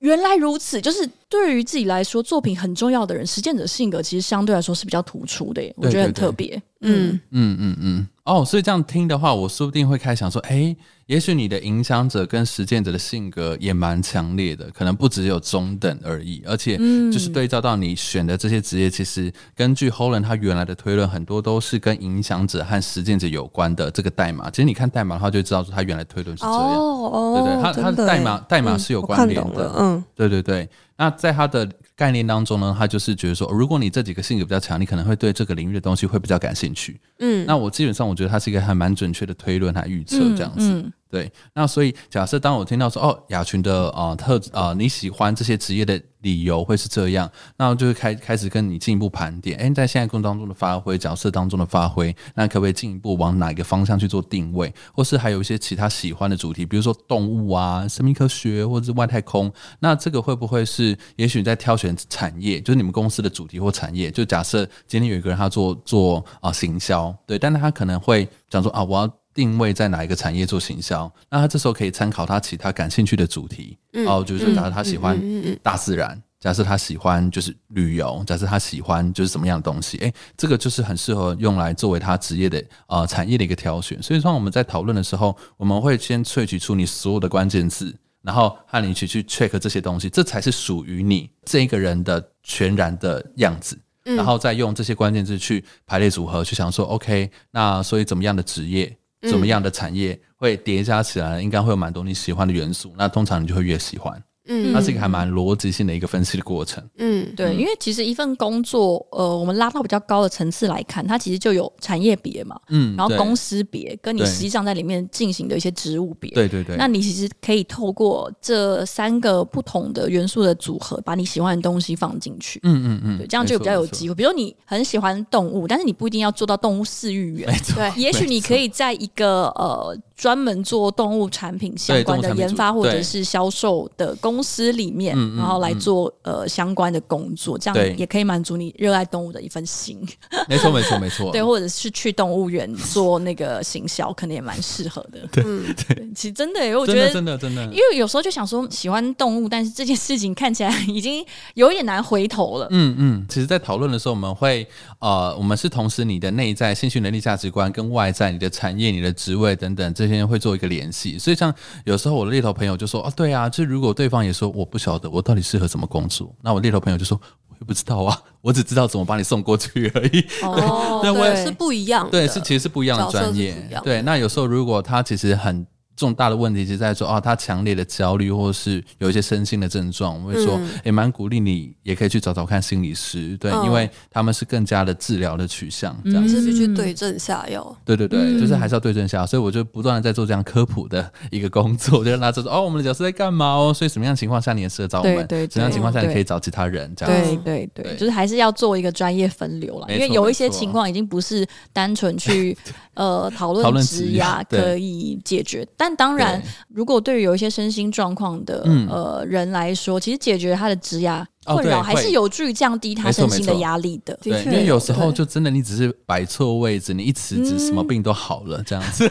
Speaker 1: 原来如此，就是对于自己来说，作品很重要的人，实践者性格其实相对来说是比较突出的耶，我
Speaker 3: 对
Speaker 1: 觉得很
Speaker 3: 对对
Speaker 1: 特别。
Speaker 2: 嗯，
Speaker 3: 嗯嗯嗯，哦，所以这样听的话，我说不定会开始想说，诶，也许你的影响者跟实践者的性格也蛮强烈的，可能不只有中等而已，而且
Speaker 2: 嗯
Speaker 3: 就是对照到你选的这些职业，其实根据 Holland 他原来的推论，很多都是跟影响者和实践者有关的这个代码。其实你看代码的话，就知道说他原来推论是这样。
Speaker 2: 哦
Speaker 3: 对对，它它
Speaker 2: 真的
Speaker 3: 代码
Speaker 2: 耶
Speaker 3: 代码是有关联
Speaker 2: 嗯我看懂
Speaker 3: 的
Speaker 2: 了，嗯，
Speaker 3: 对对对。那在它的概念当中呢，它就是觉得说，哦如果你这几个性格比较强，你可能会对这个领域的东西会比较感兴趣。
Speaker 2: 嗯
Speaker 3: 那我基本上我觉得它是一个还蛮准确的推论和预测这样子。
Speaker 1: 嗯，
Speaker 3: 对，那所以假设当我听到说哦，雅群的呃特呃你喜欢这些职业的理由会是这样，那我就会开开始跟你进一步盘点，哎、在现在工作当中的发挥，角色当中的发挥，那可不可以进一步往哪一个方向去做定位，或是还有一些其他喜欢的主题，比如说动物啊、生命科学或者是外太空，那这个会不会是也许在挑选产业，就是你们公司的主题或产业，就假设今天有一个人他做做啊、行销，对，但他可能会讲说啊，我要。定位在哪一个产业做行销，那他这时候可以参考他其他感兴趣的主题，哦，就是假设他喜欢大自然，假设他喜欢就是旅游，假设他喜欢就是什么样的东西，诶，这个就是很适合用来作为他职业的呃产业的一个挑选。所以说我们在讨论的时候，我们会先萃取出你所有的关键字，然后和你一起去 check 这些东西，这才是属于你这一个人的全然的样子。然
Speaker 1: 嗯
Speaker 3: 后再用这些关键字去排列组合，去想说，OK，那所以怎么样的职业，
Speaker 1: 嗯
Speaker 3: 怎么样的产业会叠加起来，应该会有蛮多你喜欢的元素。那通常你就会越喜欢，
Speaker 2: 嗯
Speaker 3: 它是一个还蛮逻辑性的一个分析的过程。
Speaker 2: 嗯，
Speaker 1: 对，因为其实一份工作，呃，我们拉到比较高的层次来看，它其实就有产业别嘛，
Speaker 3: 嗯，
Speaker 1: 然后
Speaker 3: 对
Speaker 1: 公司别，跟你
Speaker 3: 对
Speaker 1: 实际上在里面进行的一些职务别。
Speaker 3: 对对对，
Speaker 1: 那你其实可以透过这三个不同的元素的组合，把你喜欢的东西放进去，
Speaker 3: 嗯嗯嗯，
Speaker 1: 对，这样就比较有
Speaker 3: 会。
Speaker 1: 机会。比如你很喜欢动物，但是你不一定要做到动物饲育员
Speaker 3: 没，错，
Speaker 2: 对
Speaker 1: 也许你可以在一个呃专门做动物产品相关
Speaker 3: 对动
Speaker 1: 的
Speaker 3: 物产品
Speaker 1: 研发
Speaker 3: 组
Speaker 1: 或者
Speaker 3: 对
Speaker 1: 是销售的公司里面
Speaker 3: 嗯嗯，
Speaker 1: 然后来做呃相关的工作，这
Speaker 3: 对
Speaker 1: 样也可以满足你热爱动物的一份 心。
Speaker 3: 没错没错没错，
Speaker 1: 对，或者是去动物园做那个行销，可能也蛮适合的。对对，其实真的耶，我觉
Speaker 3: 真的
Speaker 1: 得
Speaker 3: 真。的真的
Speaker 1: 因，为有时候就想说喜欢动物，但是这件事情看起来已经有一点难回头了。
Speaker 3: 嗯嗯，其实，在讨论的时候，我们会呃，我们是同时你的内在兴趣、能力、价值观跟外在你的产业、你的职位等等这些会做一个联系。所以，像有时候我的猎头朋友就说：“哦，对啊，就如果对方也说我不晓得我到底适合什么工作，那我猎头朋友就说我也不知道啊，我只知道怎么把你送过去而已。”
Speaker 1: 哦
Speaker 3: 嗯对我也
Speaker 2: 是不一样的，
Speaker 3: 对，是其实是不一样的
Speaker 2: 角色
Speaker 3: 专
Speaker 2: 是
Speaker 3: 业
Speaker 2: 不一样。
Speaker 3: 对，那有时候如果他其实很重大的问题是在说，哦，他强烈的焦虑，或是有一些身心的症状，我们会说，也蛮、鼓励你，也可以去找找看心理师，对，
Speaker 2: 嗯
Speaker 3: 因为他们是更加的治疗的取向，这样。
Speaker 1: 嗯
Speaker 2: 是必须对症下药。
Speaker 3: 对对对，
Speaker 1: 嗯
Speaker 3: 就是还是要对症下药，所以我就不断的在做这样科普的一个工作，就让大家知道哦，我们的角色在干嘛哦，所以什么样的情况下你也适合找我们，
Speaker 1: 对对对
Speaker 3: 什么样的情况下你
Speaker 1: 对
Speaker 3: 可以找其他人，这样子。
Speaker 1: 对
Speaker 2: 嗯
Speaker 1: 对对，
Speaker 3: 对
Speaker 1: 就是还是要做一个专业分流啦，
Speaker 3: 没
Speaker 1: 因为
Speaker 3: 错
Speaker 1: 有
Speaker 3: 没
Speaker 1: 一些
Speaker 3: 错
Speaker 1: 情况已经不是单纯去 呃讨
Speaker 3: 讨
Speaker 1: 论
Speaker 3: 论
Speaker 1: 职
Speaker 3: 职
Speaker 1: 涯
Speaker 3: 涯
Speaker 1: 可
Speaker 3: 对
Speaker 1: 以解决，但当然，如果对于有一些身心状况的、
Speaker 3: 嗯
Speaker 1: 呃人来说，其实解决他的职涯
Speaker 3: 哦
Speaker 1: 困扰
Speaker 3: 对
Speaker 1: 还是
Speaker 3: 会
Speaker 1: 有助于降低他
Speaker 3: 没错
Speaker 1: 身
Speaker 3: 没
Speaker 1: 心的
Speaker 3: 错
Speaker 1: 压力的。
Speaker 2: 的
Speaker 3: 对，
Speaker 2: 确
Speaker 3: 因为有时候
Speaker 2: 对嗯
Speaker 3: 就真的你只是摆错位置，你一辞职什么病都好了，这样子。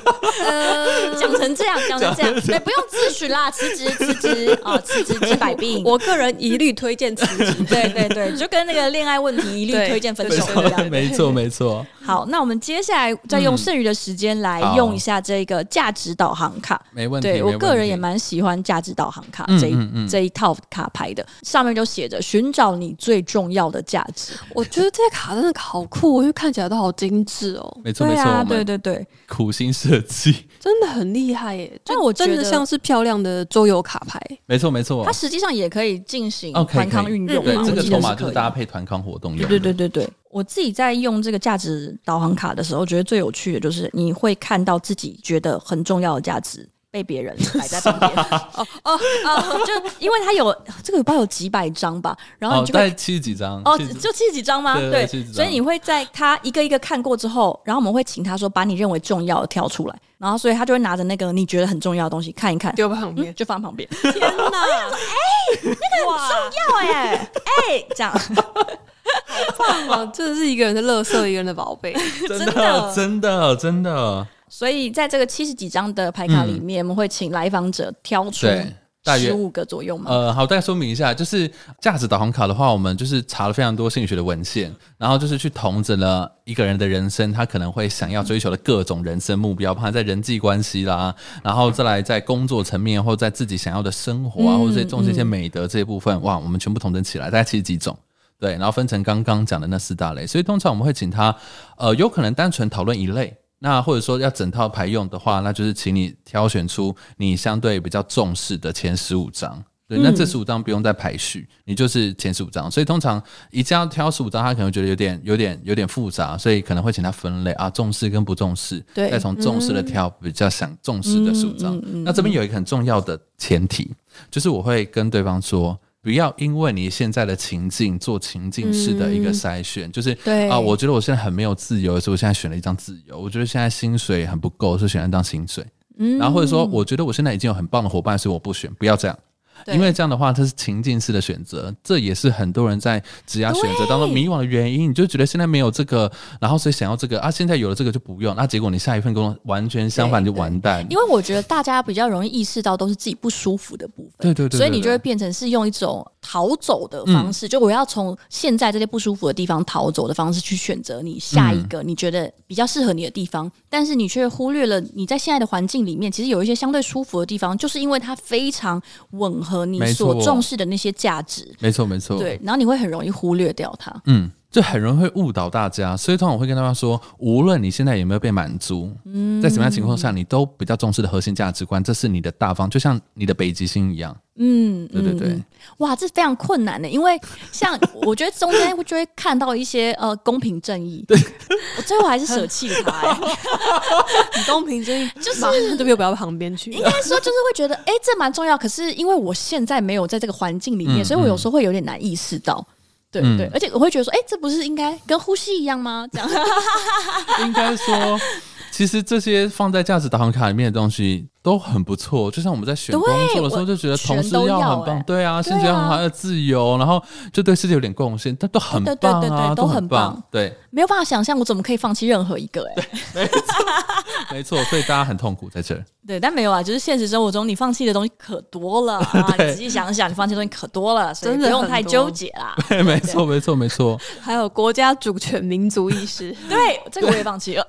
Speaker 1: 讲成这样，讲成这样， 对，不用自诩啦，辞职，辞职啊，辞职治百病。，
Speaker 2: 我个人一律推荐辞职
Speaker 1: 对对对，就跟那个恋爱问题一律
Speaker 2: 对
Speaker 1: 推荐分
Speaker 2: 对
Speaker 1: 手
Speaker 2: 对
Speaker 1: 一样。
Speaker 3: 没错，没错，
Speaker 1: 好，那我们接下来再用剩余的时间来
Speaker 3: 好
Speaker 1: 用一下这个价值导航卡。
Speaker 3: 没问
Speaker 1: 对
Speaker 3: 题。嗯没问
Speaker 1: 我
Speaker 3: 题
Speaker 1: 个人也蛮喜欢价值导航卡这一、
Speaker 3: 嗯嗯嗯
Speaker 1: 这一套卡牌的，上面就写着寻找你最重要的价值。
Speaker 2: 我觉得这些卡真的好酷，因为看起来都好精致哦，
Speaker 3: 没错，
Speaker 1: 对
Speaker 3: 没错，
Speaker 1: 啊，
Speaker 3: 我
Speaker 1: 对
Speaker 3: 们
Speaker 1: 对对，
Speaker 3: 苦心设计，
Speaker 2: 真的很厉害耶！
Speaker 1: 但
Speaker 2: 就
Speaker 1: 我觉
Speaker 2: 真的
Speaker 1: 得
Speaker 2: 像是漂亮的桌游卡牌，
Speaker 3: 没错，没错
Speaker 1: 它。实际上也可以进行
Speaker 3: OK，
Speaker 1: 团康
Speaker 3: 哦可以
Speaker 1: 运用嘛，
Speaker 3: 对，
Speaker 1: 我
Speaker 3: 这个
Speaker 1: 记得
Speaker 3: 筹
Speaker 1: 是
Speaker 3: 码
Speaker 1: 可
Speaker 3: 就是
Speaker 1: 以
Speaker 3: 搭配团康活动用
Speaker 1: 对
Speaker 3: 的。
Speaker 1: 对对对对，我自己在用这个价值导航卡的时候，觉得最有趣的就是你会看到自己觉得很重要的价值被别人摆在旁边。哦哦哦，就因为它有这个不知道有几百张吧，然后
Speaker 3: 哦
Speaker 1: 你，就
Speaker 3: 大概
Speaker 1: 会。
Speaker 3: 七十几张
Speaker 1: 哦，
Speaker 3: 70
Speaker 1: 就七十几张吗？
Speaker 3: 对对70张
Speaker 1: 所以你会在他一个一个看过之后，然后我们会请他说把你认为重要的挑出来，然后所以他就会拿着那个你觉得很重要的东西看一看，
Speaker 2: 丢旁
Speaker 1: 嗯，。就放旁边，哎
Speaker 2: 天 哪，
Speaker 1: 哇，要哎、哎、这样，
Speaker 2: 哇，这是一个人的乐色，一个人的宝 贝。
Speaker 3: 真
Speaker 1: 真的
Speaker 3: 的，真的，真的，
Speaker 1: 所以在这个七十几张的牌卡里面，我们会请来访者挑出
Speaker 3: 嗯对，大
Speaker 1: 十
Speaker 3: 约
Speaker 1: 五个左右嘛。
Speaker 3: 呃，好，大概说明一下，就是价值导航卡的话，我们就是查了非常多心理学的文献，然后就是去统整了一个人的人生，他可能会想要追求的各种人生目标，包含在人际关系啦，然后再来在工作层面，或者在自己想要的生活啊，
Speaker 1: 嗯
Speaker 3: 或者是重视一些美德这些部分，哇，我们全部统整起来，大概七十几种。对，然后分成刚刚讲的那四大类，所以通常我们会请他，呃，有可能单纯讨论一类，那或者说要整套牌用的话，那就是请你挑选出你相对比较重视的前十五张。对，那这十五张不用再排序，你就是前十五张。所以通常一定要挑十五张，他可能觉得有点、有点、有点复杂，所以可能会请他分类啊，重视跟不重视，
Speaker 1: 对
Speaker 3: 再从重视的挑比较想重视的十五张。那这边有一个很重要的前提，就是我会跟对方说。不要因为你现在的情境做情境式的一个筛选，就是
Speaker 1: 对
Speaker 3: 啊、我觉得我现在很没有自由，所以我现在选了一张自由。我觉得现在薪水很不够，所以选了一张薪水。
Speaker 1: 嗯
Speaker 3: 然后或者说，我觉得我现在已经有很棒的伙伴，所以我不选，不要这样。
Speaker 1: 对
Speaker 3: 因为这样的话，它是情境式的选择，这也是很多人在职涯选择当中迷惘的原因。你就觉得现在没有这个，然后所以想要这个啊，现在有了这个就不用，那、结果你下一份工作完全相反，你
Speaker 1: 对
Speaker 3: 就完蛋。
Speaker 1: 因为我觉得大家比较容易意识到都是自己不舒服的部分，
Speaker 3: 对对对对嗯
Speaker 1: 所以你就会变成是用一种逃走的方式，就我要从现在这些不舒服的地方逃走的方式去选择你下一
Speaker 3: 嗯
Speaker 1: 个你觉得比较适合你的地方，但是你却忽略了你在现在的环境里面，其实有一些相对舒服的地方，就是因为它非常吻合你
Speaker 3: 没错
Speaker 1: 所重视的那些价值，
Speaker 3: 没错没错，
Speaker 1: 对，然后你会很容易忽略掉它。
Speaker 3: 嗯，就很容易会误导大家，所以通常我会跟大家说，无论你现在有没有被满足，在什么样的情况下，你都比较重视的核心价值观，这是你的大方，就像你的北极星一样。
Speaker 1: 嗯，
Speaker 3: 对对
Speaker 1: 嗯
Speaker 3: 对
Speaker 1: 嗯哇，这非常困难欸的，因为像我觉得中间就会看到一些呃公平正义，我最后还是舍弃了它、 欸，
Speaker 2: 你公平正义，
Speaker 1: 就是
Speaker 2: 马上就又不要旁边去。
Speaker 1: 应该说就是会觉得哎、这蛮重要，可是因为我现在没有在这个环境里面，
Speaker 3: 嗯
Speaker 1: 所以我有时候会有点难意识到。对
Speaker 3: 嗯
Speaker 1: 对，而且我会觉得说，哎、这不是应该跟呼吸一样吗？ 这样
Speaker 3: 应该说，其实这些放在价值导航卡里面的东西都很不错。就像我们在选
Speaker 1: 对
Speaker 3: 工作的时候，
Speaker 1: 我
Speaker 3: 就觉得同事
Speaker 1: 全都要
Speaker 3: 很棒，
Speaker 1: 欸
Speaker 3: 对啊，
Speaker 1: 对
Speaker 3: 薪水要很好，
Speaker 1: 啊
Speaker 3: 要自由，然后就对世界有点贡献，但都很
Speaker 1: 对对
Speaker 3: 棒
Speaker 1: 对
Speaker 3: 啊，
Speaker 1: 对
Speaker 3: 都
Speaker 1: 都
Speaker 3: 很
Speaker 1: 很棒
Speaker 3: 棒，对，
Speaker 1: 没有办法想象我怎么可以放弃任何一个哎、
Speaker 3: 没错。所以大家很痛苦在这儿。
Speaker 1: 对，但没有啊，就是现实生活中你放弃的东西可多了啊！
Speaker 3: 对
Speaker 1: 你仔细想想，你放弃的东西可多了，所以
Speaker 2: 真
Speaker 1: 不
Speaker 2: 的
Speaker 1: 用
Speaker 2: 很
Speaker 1: 太
Speaker 2: 多
Speaker 1: 纠结啦。
Speaker 3: 对，没错，没错，没错。
Speaker 2: 还有国家主权、民族意识， 没
Speaker 1: 对，这个我也放弃 了。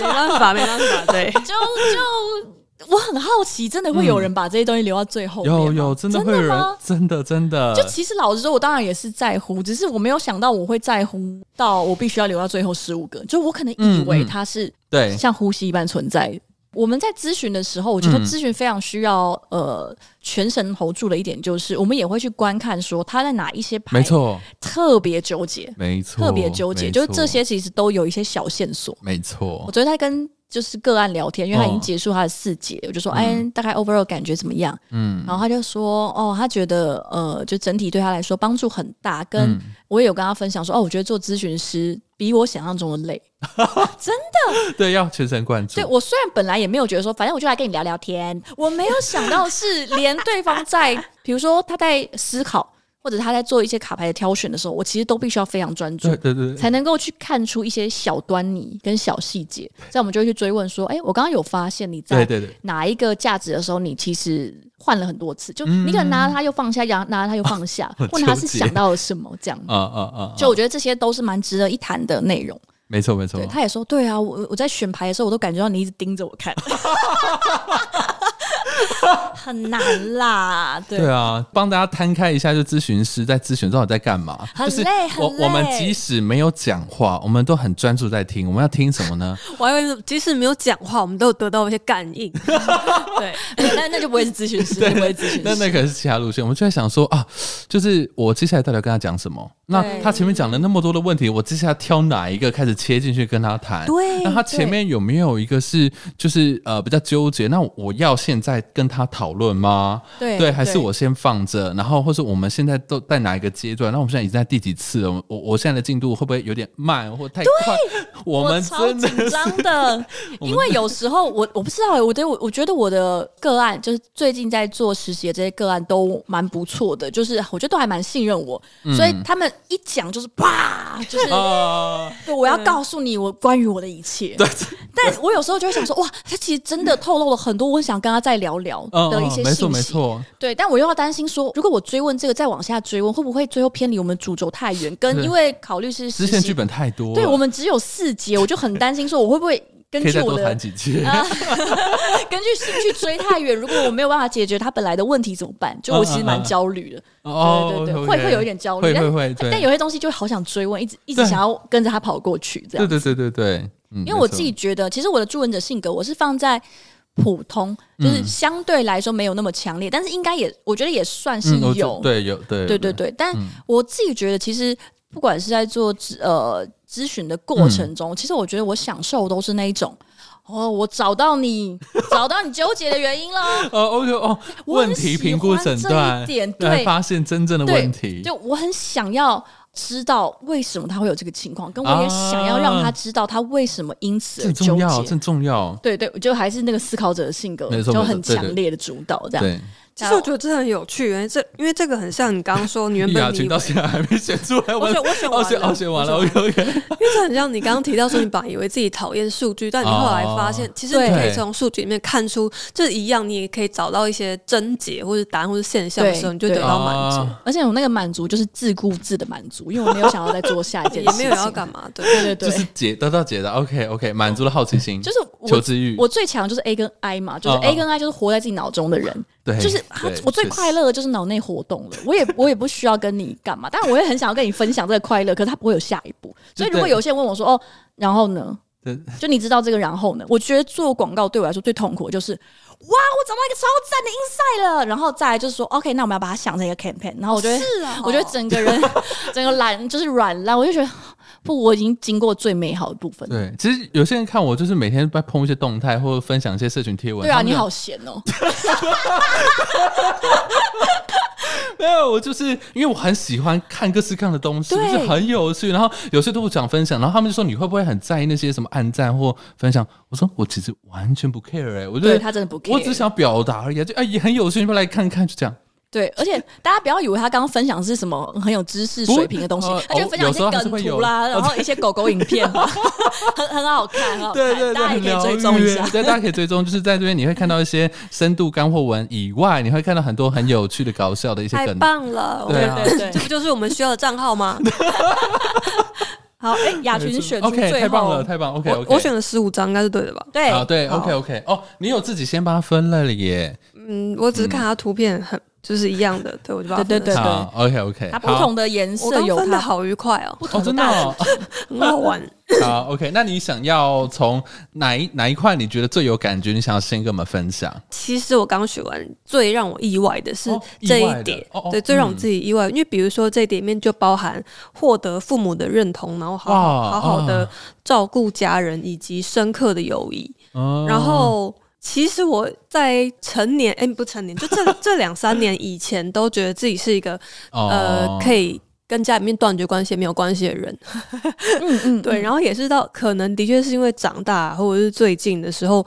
Speaker 2: 办法，没办法，对。
Speaker 1: 就就我很好奇，真的会有人把这些东西留到最后面吗
Speaker 3: 嗯有有，真的会有人
Speaker 1: 吗，
Speaker 3: 真的真的，
Speaker 1: 就其实老实说，我当然也是在乎，只是我没有想到我会在乎到我必须要留到最后十五个。就我可能以为它是
Speaker 3: 嗯对，
Speaker 1: 像呼吸一般存在。我们在咨询的时候，我觉得
Speaker 3: 嗯
Speaker 1: 咨询非常需要、呃全神投注的一点，就是我们也会去观看说他在哪一些牌
Speaker 3: 没错，
Speaker 1: 特别纠结，
Speaker 3: 没错，
Speaker 1: 特别纠结，
Speaker 3: 没
Speaker 1: 就是
Speaker 3: 错
Speaker 1: 这，些其实都有一些小线索。
Speaker 3: 没
Speaker 1: 我
Speaker 3: 错，
Speaker 1: 昨天在跟就是个案聊天，因为他已经
Speaker 3: 哦
Speaker 1: 结束他的四节，我就说，哎，大概 overall 感觉怎么样？
Speaker 3: 嗯
Speaker 1: 然后他就说，哦，他觉得呃，就整体对他来说帮助很大，跟、
Speaker 3: 嗯
Speaker 1: 我也有跟他分享说，哦，我觉得做咨询师比我想象中的累。
Speaker 3: 对，要全神贯注
Speaker 1: 对，我虽然本来也没有觉得说，反正我就来跟你聊聊 天，我没有想到是连对方在，比如说他在思考，或者他在做一些卡牌的挑选的时候，我其实都必须要非常专注
Speaker 3: 对，。对对，对
Speaker 1: 才能够去看出一些小端倪跟小细节，这样我们就会去追问说：“哎、我刚刚有发现你在
Speaker 3: 对对对，
Speaker 1: 哪一个价值的时候，你其实换了很多次，就你可能拿了它又放下，然后拿了它又放 下，
Speaker 3: 很
Speaker 1: 问他是
Speaker 3: 嗯纠结
Speaker 1: 想到了什么这 样。
Speaker 3: 啊啊啊，
Speaker 1: 就我觉得这些都是蛮值得一谈的内容。
Speaker 3: 没错没错
Speaker 1: 对，，他也说，对啊，我我在选牌的时候，我都感觉到你一直盯着我看， 很难啦，对
Speaker 3: 对啊，帮大家摊开一下，就咨询师在咨询到底在干嘛？
Speaker 1: 很
Speaker 3: 就是
Speaker 1: 累很
Speaker 3: 我我们
Speaker 1: 累
Speaker 3: 即使没有讲话，我们都很专注在听。我们要听什么呢？
Speaker 2: 我还以为即使没有讲话，我们都有得到一些感应。 对，
Speaker 1: 对 那那就不会是咨 询师，就不会是咨询
Speaker 3: 那
Speaker 1: 师。
Speaker 3: 那可是其他路线。我们就在想说啊，就是我接下来到底要跟他讲什么？那
Speaker 1: 对
Speaker 3: 他前面讲了那么多的问题，我接下来挑哪一个开始切进去跟他谈？
Speaker 1: 对
Speaker 3: 那他前面有没有一个是就是呃比较纠结？那我要现在跟他讨论吗？
Speaker 1: 对
Speaker 3: 对，还是我先放着，然后或是我们现在都在哪一个阶段？那我们现在已经在第几次了？我我我现在的进度会不会有点慢或太快？我们
Speaker 1: 超
Speaker 3: 真的
Speaker 1: 紧张 的，因为有时候我我不知道欸，我对我我觉得我的个案就是最近在做实习的这些个案都蛮不错的，就是我觉得都还蛮信任我，
Speaker 3: 嗯
Speaker 1: 所以他们一讲就是啪，就是
Speaker 3: 啊，
Speaker 1: 对我要告诉你我关于我的一切。
Speaker 3: 对，
Speaker 1: 但我有时候就会想说，哇，他其实真的透露了很多我很想跟他再聊聊
Speaker 3: 嗯，
Speaker 1: 的一些
Speaker 3: 没错
Speaker 1: 信
Speaker 3: 没
Speaker 1: 息。
Speaker 3: 错，
Speaker 1: 对，但我又要担心说，如果我追问这个再往下追问，会不会最后偏离我们主轴太远？跟
Speaker 3: 是
Speaker 1: 因为考虑是
Speaker 3: 支
Speaker 1: 实
Speaker 3: 线
Speaker 1: 习
Speaker 3: 剧本太多了，
Speaker 1: 对我们只有四节，我就很担心说我会不会根
Speaker 3: 可以
Speaker 1: 据
Speaker 3: 再
Speaker 1: 我
Speaker 3: 多
Speaker 1: 的
Speaker 3: 谈几集。
Speaker 1: 根据兴趣追太远，如果我没有办法解决他本来的问题怎么
Speaker 3: 嗯
Speaker 1: 办？就我其实蛮焦虑的，
Speaker 3: 哦，
Speaker 1: 对对对，
Speaker 3: OK，OK
Speaker 1: 会会有一点焦虑，
Speaker 3: 会会
Speaker 1: 但
Speaker 3: 会，对
Speaker 1: 但有些东西就会好想追问，一直一直
Speaker 3: 对
Speaker 1: 想要跟着他跑过去这
Speaker 3: 对
Speaker 1: 样。
Speaker 3: 对对对对，因
Speaker 1: 因
Speaker 3: 嗯
Speaker 1: 为我自己觉得，其实我的助人者性格，我是放在普通，就是
Speaker 3: 嗯
Speaker 1: 相对来说没有那么强烈，但是应该也我觉得也算是
Speaker 3: 嗯，我觉
Speaker 1: 有，
Speaker 3: 对有对嗯
Speaker 1: 对对对，但我自己觉得，其实不管是在做咨呃咨询的过程
Speaker 3: 嗯
Speaker 1: 中，其实我觉得我享受都是那一种。哦，我找到你，找到你纠结的原因 了。
Speaker 3: 哦，OK 哦，
Speaker 1: 我很
Speaker 3: 问题
Speaker 1: 喜
Speaker 3: 评估
Speaker 1: 欢
Speaker 3: 诊
Speaker 1: 这一
Speaker 3: 断，
Speaker 1: 点
Speaker 3: 来
Speaker 1: 对
Speaker 3: 发现真正的
Speaker 1: 对
Speaker 3: 问题，
Speaker 1: 就我很想要知道为什么他会有这个情况，跟我也想要让他知道他为什么因此
Speaker 3: 啊
Speaker 1: 而
Speaker 3: 这很
Speaker 1: 纠
Speaker 3: 重
Speaker 1: 结。
Speaker 3: 要，这很重要，
Speaker 1: 对对，就还是那个思考者的性格
Speaker 3: 没，错
Speaker 1: 就
Speaker 3: 没错
Speaker 1: 很
Speaker 3: 对对
Speaker 1: 强烈的主导这样。
Speaker 3: 对。
Speaker 2: 其实我觉得这很有趣，因为这因为这个很像你刚刚说，你原
Speaker 3: 玉雅
Speaker 2: 本你以
Speaker 3: 群
Speaker 2: 为
Speaker 3: 到现在还没选出来，
Speaker 2: 我选我选完
Speaker 3: 哦选
Speaker 2: 了
Speaker 3: 哦选完了
Speaker 2: 我选
Speaker 3: ，OK OK，
Speaker 2: 因为这很像你刚刚提到说，你本来以为自己讨厌数据，但你后来发
Speaker 3: 哦
Speaker 2: 现，其实你可以
Speaker 3: 对
Speaker 2: 从数据里面看出，就是一样，你也可以找到一些症结或者答案或者现象的时
Speaker 1: 对
Speaker 2: 候，你就得到满足，
Speaker 3: 啊
Speaker 1: 而且我那个满足就是自顾自的满足，因为我没有想要再做下一
Speaker 3: 哦
Speaker 1: 件
Speaker 2: 也
Speaker 1: 事情。
Speaker 2: 没有要干嘛，对。
Speaker 1: 对对对，
Speaker 3: 就是嗯解得到解答，OK OK，满足了好奇心，
Speaker 1: 就是我
Speaker 3: 求知欲，
Speaker 1: 我最强就是 A 跟 I 嘛，就是
Speaker 3: 嗯嗯
Speaker 1: A 跟 I 就是活在自己脑中的人，
Speaker 3: 哎对，
Speaker 1: 就是他
Speaker 3: 对
Speaker 1: 我最快，乐的就是脑内活动了，我也 我也不需要跟你干嘛，但我会很想要跟你分享这个快乐，可是他不会有下一步，所以如果有些人问我说哦，然后呢
Speaker 3: 对？
Speaker 1: 就你知道这个，然后呢？我觉得做广告对我来说最痛苦的就是，哇，我找到一个超赞的 insight 了，然后再来就是说，OK，那我们要把它想成一个 campaign，然后我就会
Speaker 2: 是
Speaker 3: 哦
Speaker 2: 啊
Speaker 1: 我觉得整个人整个懒就是软烂，我就觉得不，我已经经过最美好的部分了。
Speaker 3: 对，其实有些人看我就是每天在碰一些动态或者分享一些社群贴文，
Speaker 1: 对啊，
Speaker 3: 他们
Speaker 1: 你
Speaker 3: 有
Speaker 1: 好闲哦、
Speaker 3: 没有，我就是因为我很喜欢看各式各样的东西，
Speaker 1: 对
Speaker 3: 就是很有趣。然后有些都会想分享，然后他们就说你会不会很在意那些什么暗赞或分享？我说我其实完全不 care 哎、我觉
Speaker 1: 对
Speaker 3: 得
Speaker 1: 他真的不 care，
Speaker 3: 我只想表达而已啊，就哎也很有趣，你们来看看，就这样。
Speaker 1: 对，而 且大家不要以为他刚刚分享是什么很有知识水平的东西
Speaker 3: 不呃，
Speaker 1: 他就分享一些
Speaker 3: 有时候还是会
Speaker 1: 梗图啦，
Speaker 3: 有
Speaker 1: 然后一些狗狗影片嘛，很 很好看，很好看，
Speaker 3: 对对对，
Speaker 1: 大家也
Speaker 3: 很
Speaker 1: 可以
Speaker 3: 疗
Speaker 1: 追
Speaker 3: 愈
Speaker 1: 踪一下
Speaker 3: 欸。对，大家可以追踪，就是在这边你会看到一些深度干货文以外，你会看到很多很有趣的搞笑的一些
Speaker 2: 太
Speaker 3: 梗。
Speaker 2: 棒了，
Speaker 3: 对
Speaker 2: 我
Speaker 3: 啊
Speaker 1: 对对
Speaker 2: 这。不就是我们需要的账号吗？
Speaker 1: 好，哎，雅群选出
Speaker 3: OK，
Speaker 1: 最
Speaker 3: 太棒了，
Speaker 1: 后，
Speaker 3: 太棒，OK
Speaker 2: 我
Speaker 3: OK。
Speaker 2: 我选了十五张，应该是对的吧？
Speaker 1: 对
Speaker 3: 啊，对
Speaker 1: 好
Speaker 3: ，OK OK，哦，你有自己先帮他分了耶，
Speaker 2: 嗯，我只是看它图片很就是一样的，对我就把它
Speaker 1: 对
Speaker 2: 分
Speaker 1: 对
Speaker 2: 了
Speaker 3: 好，OK OK，
Speaker 1: 它不同的颜
Speaker 2: 我
Speaker 1: 色
Speaker 2: 刚
Speaker 1: 有
Speaker 2: 分的
Speaker 1: 它
Speaker 2: 好愉快哦，
Speaker 1: 不
Speaker 3: 哦，
Speaker 1: 同的
Speaker 3: 真的、
Speaker 1: 大
Speaker 3: 哦
Speaker 1: 小，，
Speaker 2: 很好玩。
Speaker 3: 好，OK，那你想要从哪一哪一块你觉得最有感觉？你想要先跟我们分享？
Speaker 2: 其实我刚学完，最让我意外的是
Speaker 3: 哦
Speaker 2: 这
Speaker 3: 意
Speaker 2: 一
Speaker 3: 外的
Speaker 2: 点，
Speaker 3: 哦哦
Speaker 2: 对，最让我
Speaker 3: 嗯
Speaker 2: 自己意外，因为比如说这一点里面就包含获得父母的认同，然后好好
Speaker 3: 哇
Speaker 2: 好好的
Speaker 3: 啊
Speaker 2: 照顾家人，以及深刻的友谊。
Speaker 3: 哦
Speaker 2: 然后，其实我在成年，哎、不成年，就这 这两三年以前，都觉得自己是一个呃，可
Speaker 3: 以，
Speaker 2: 以跟家里面断绝关系也没有关系的人。
Speaker 1: 嗯嗯，
Speaker 2: 对，然后也是到可能的确是因为长大，或者是最近的时候，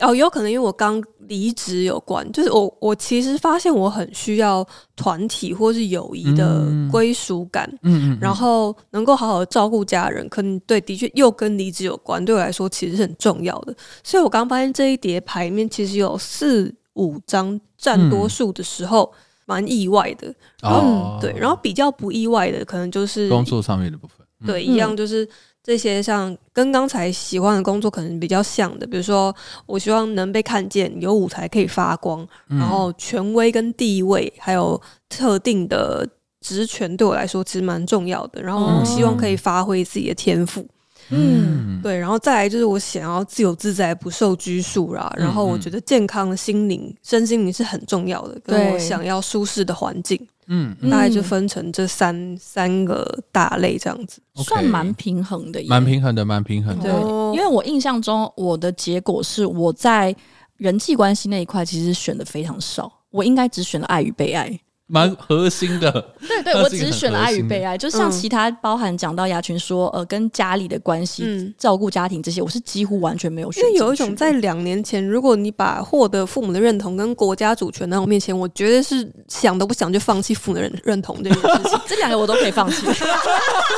Speaker 2: 哦，有可能因为我刚离职有关，就是我我其实发现我很需要团体或是友谊的
Speaker 3: 嗯
Speaker 2: 归属感，
Speaker 3: 嗯嗯，
Speaker 2: 然后能够好好地照顾家人，可能对，的确又跟离职有关，对我来说其实是很重要的。所以我刚发现这一叠牌里面其实有四五张占多
Speaker 3: 嗯
Speaker 2: 数的时候，蛮意外的。
Speaker 1: 嗯
Speaker 2: 然后、
Speaker 3: 哦
Speaker 2: 对，然后比较不意外的可能就是
Speaker 3: 工作上面的部分，嗯，
Speaker 2: 对，
Speaker 1: 嗯
Speaker 2: 一样就是这些像跟刚才喜欢的工作可能比较像的，比如说我希望能被看见，有舞台可以发光，
Speaker 3: 嗯
Speaker 2: 然后权威跟地位，还有特定的职权对我来说其实蛮重要的，然后
Speaker 1: 嗯
Speaker 2: 希望可以发挥自己的天赋。
Speaker 1: 嗯
Speaker 2: 对，然后再来就是我想要自由自在，不受拘束啦。
Speaker 3: 嗯
Speaker 2: 然后我觉得健康的心灵、身心灵是很重要的，跟我
Speaker 1: 对
Speaker 2: 想要舒适的环境，
Speaker 3: 嗯
Speaker 1: 嗯
Speaker 2: 大概就分成这三三个大类这样子。
Speaker 3: OK
Speaker 1: 算蛮平衡的耶，
Speaker 3: 蛮平衡的，蛮平衡
Speaker 1: 对，
Speaker 3: 的，
Speaker 2: 哦
Speaker 1: 因为我印象中我的结果是我在人际关系那一块其实选的非常少，我应该只选了爱与被爱。
Speaker 3: 蛮核心的，
Speaker 1: 对 对，
Speaker 3: 那
Speaker 1: 我只
Speaker 3: 是一个
Speaker 1: 是
Speaker 3: 很
Speaker 1: 选了
Speaker 3: 核
Speaker 1: 爱与
Speaker 3: 心的
Speaker 1: 被爱，就像
Speaker 2: 嗯
Speaker 1: 其他包含讲到牙群说，呃，跟家里的关系、
Speaker 2: 嗯
Speaker 1: 照顾家庭这些，我是几乎完全没有选
Speaker 2: 因为
Speaker 1: 进去的。
Speaker 2: 有一种在两年前，如果你把获得父母的认同跟国家主权那种面前，我绝对是想都不想就放弃父母的认认同这件事 情。
Speaker 1: 这两个我都可以放 弃。
Speaker 2: 就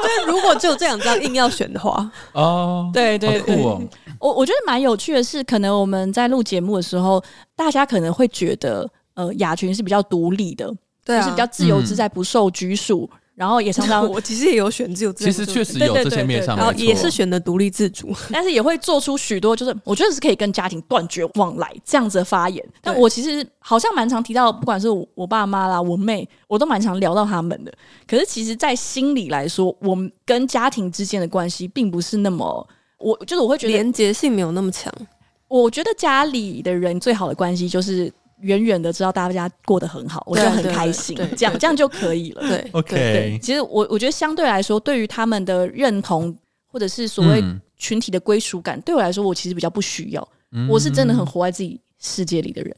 Speaker 2: 是如果只有这两张硬要选的话，
Speaker 3: 哦，
Speaker 1: 对对
Speaker 3: 好
Speaker 1: 对，
Speaker 3: 酷哦，
Speaker 1: 我我觉得蛮有趣的是，可能我们在录节目的时候，大家可能会觉得，呃，雅群是比较独立的，
Speaker 2: 对，
Speaker 1: 就是比较自由自
Speaker 3: 嗯
Speaker 1: 在，不受拘束，然后也常常
Speaker 2: 我其实也有选自由自
Speaker 3: 其
Speaker 2: 在，
Speaker 3: 实确实
Speaker 1: 对
Speaker 3: 有
Speaker 1: 对
Speaker 3: 这些
Speaker 1: 对
Speaker 3: 面
Speaker 1: 对
Speaker 3: 上，
Speaker 2: 然后
Speaker 3: 没错
Speaker 2: 也是选择独立自主。
Speaker 1: 但是也会做出许多，就是我觉得是可以跟家庭断绝往来这样子的发言。但我其实好像蛮常提到，不管是我我爸妈啦，我妹，我都蛮常聊到他们的。可是其实，在心里来说，我们跟家庭之间的关系并不是那么，我就是我会觉得
Speaker 2: 连结性没有那么强，
Speaker 1: 我觉得家里的人最好的关系就是远远的知道大家过得很好，我就
Speaker 2: 对
Speaker 1: 很
Speaker 2: 对
Speaker 1: 开
Speaker 2: 对
Speaker 1: 心
Speaker 2: 对，
Speaker 1: 这样
Speaker 2: 对
Speaker 1: 这样就可以了。
Speaker 2: 对
Speaker 3: 哦
Speaker 1: 对，
Speaker 3: OK，
Speaker 1: 其实我我觉得相对来说，对于他们的认同或者是所谓
Speaker 3: 嗯
Speaker 1: 群体的归属感，对我来说，我其实比较不需要。
Speaker 3: 嗯
Speaker 1: 我是真的很活在自己世界里的人，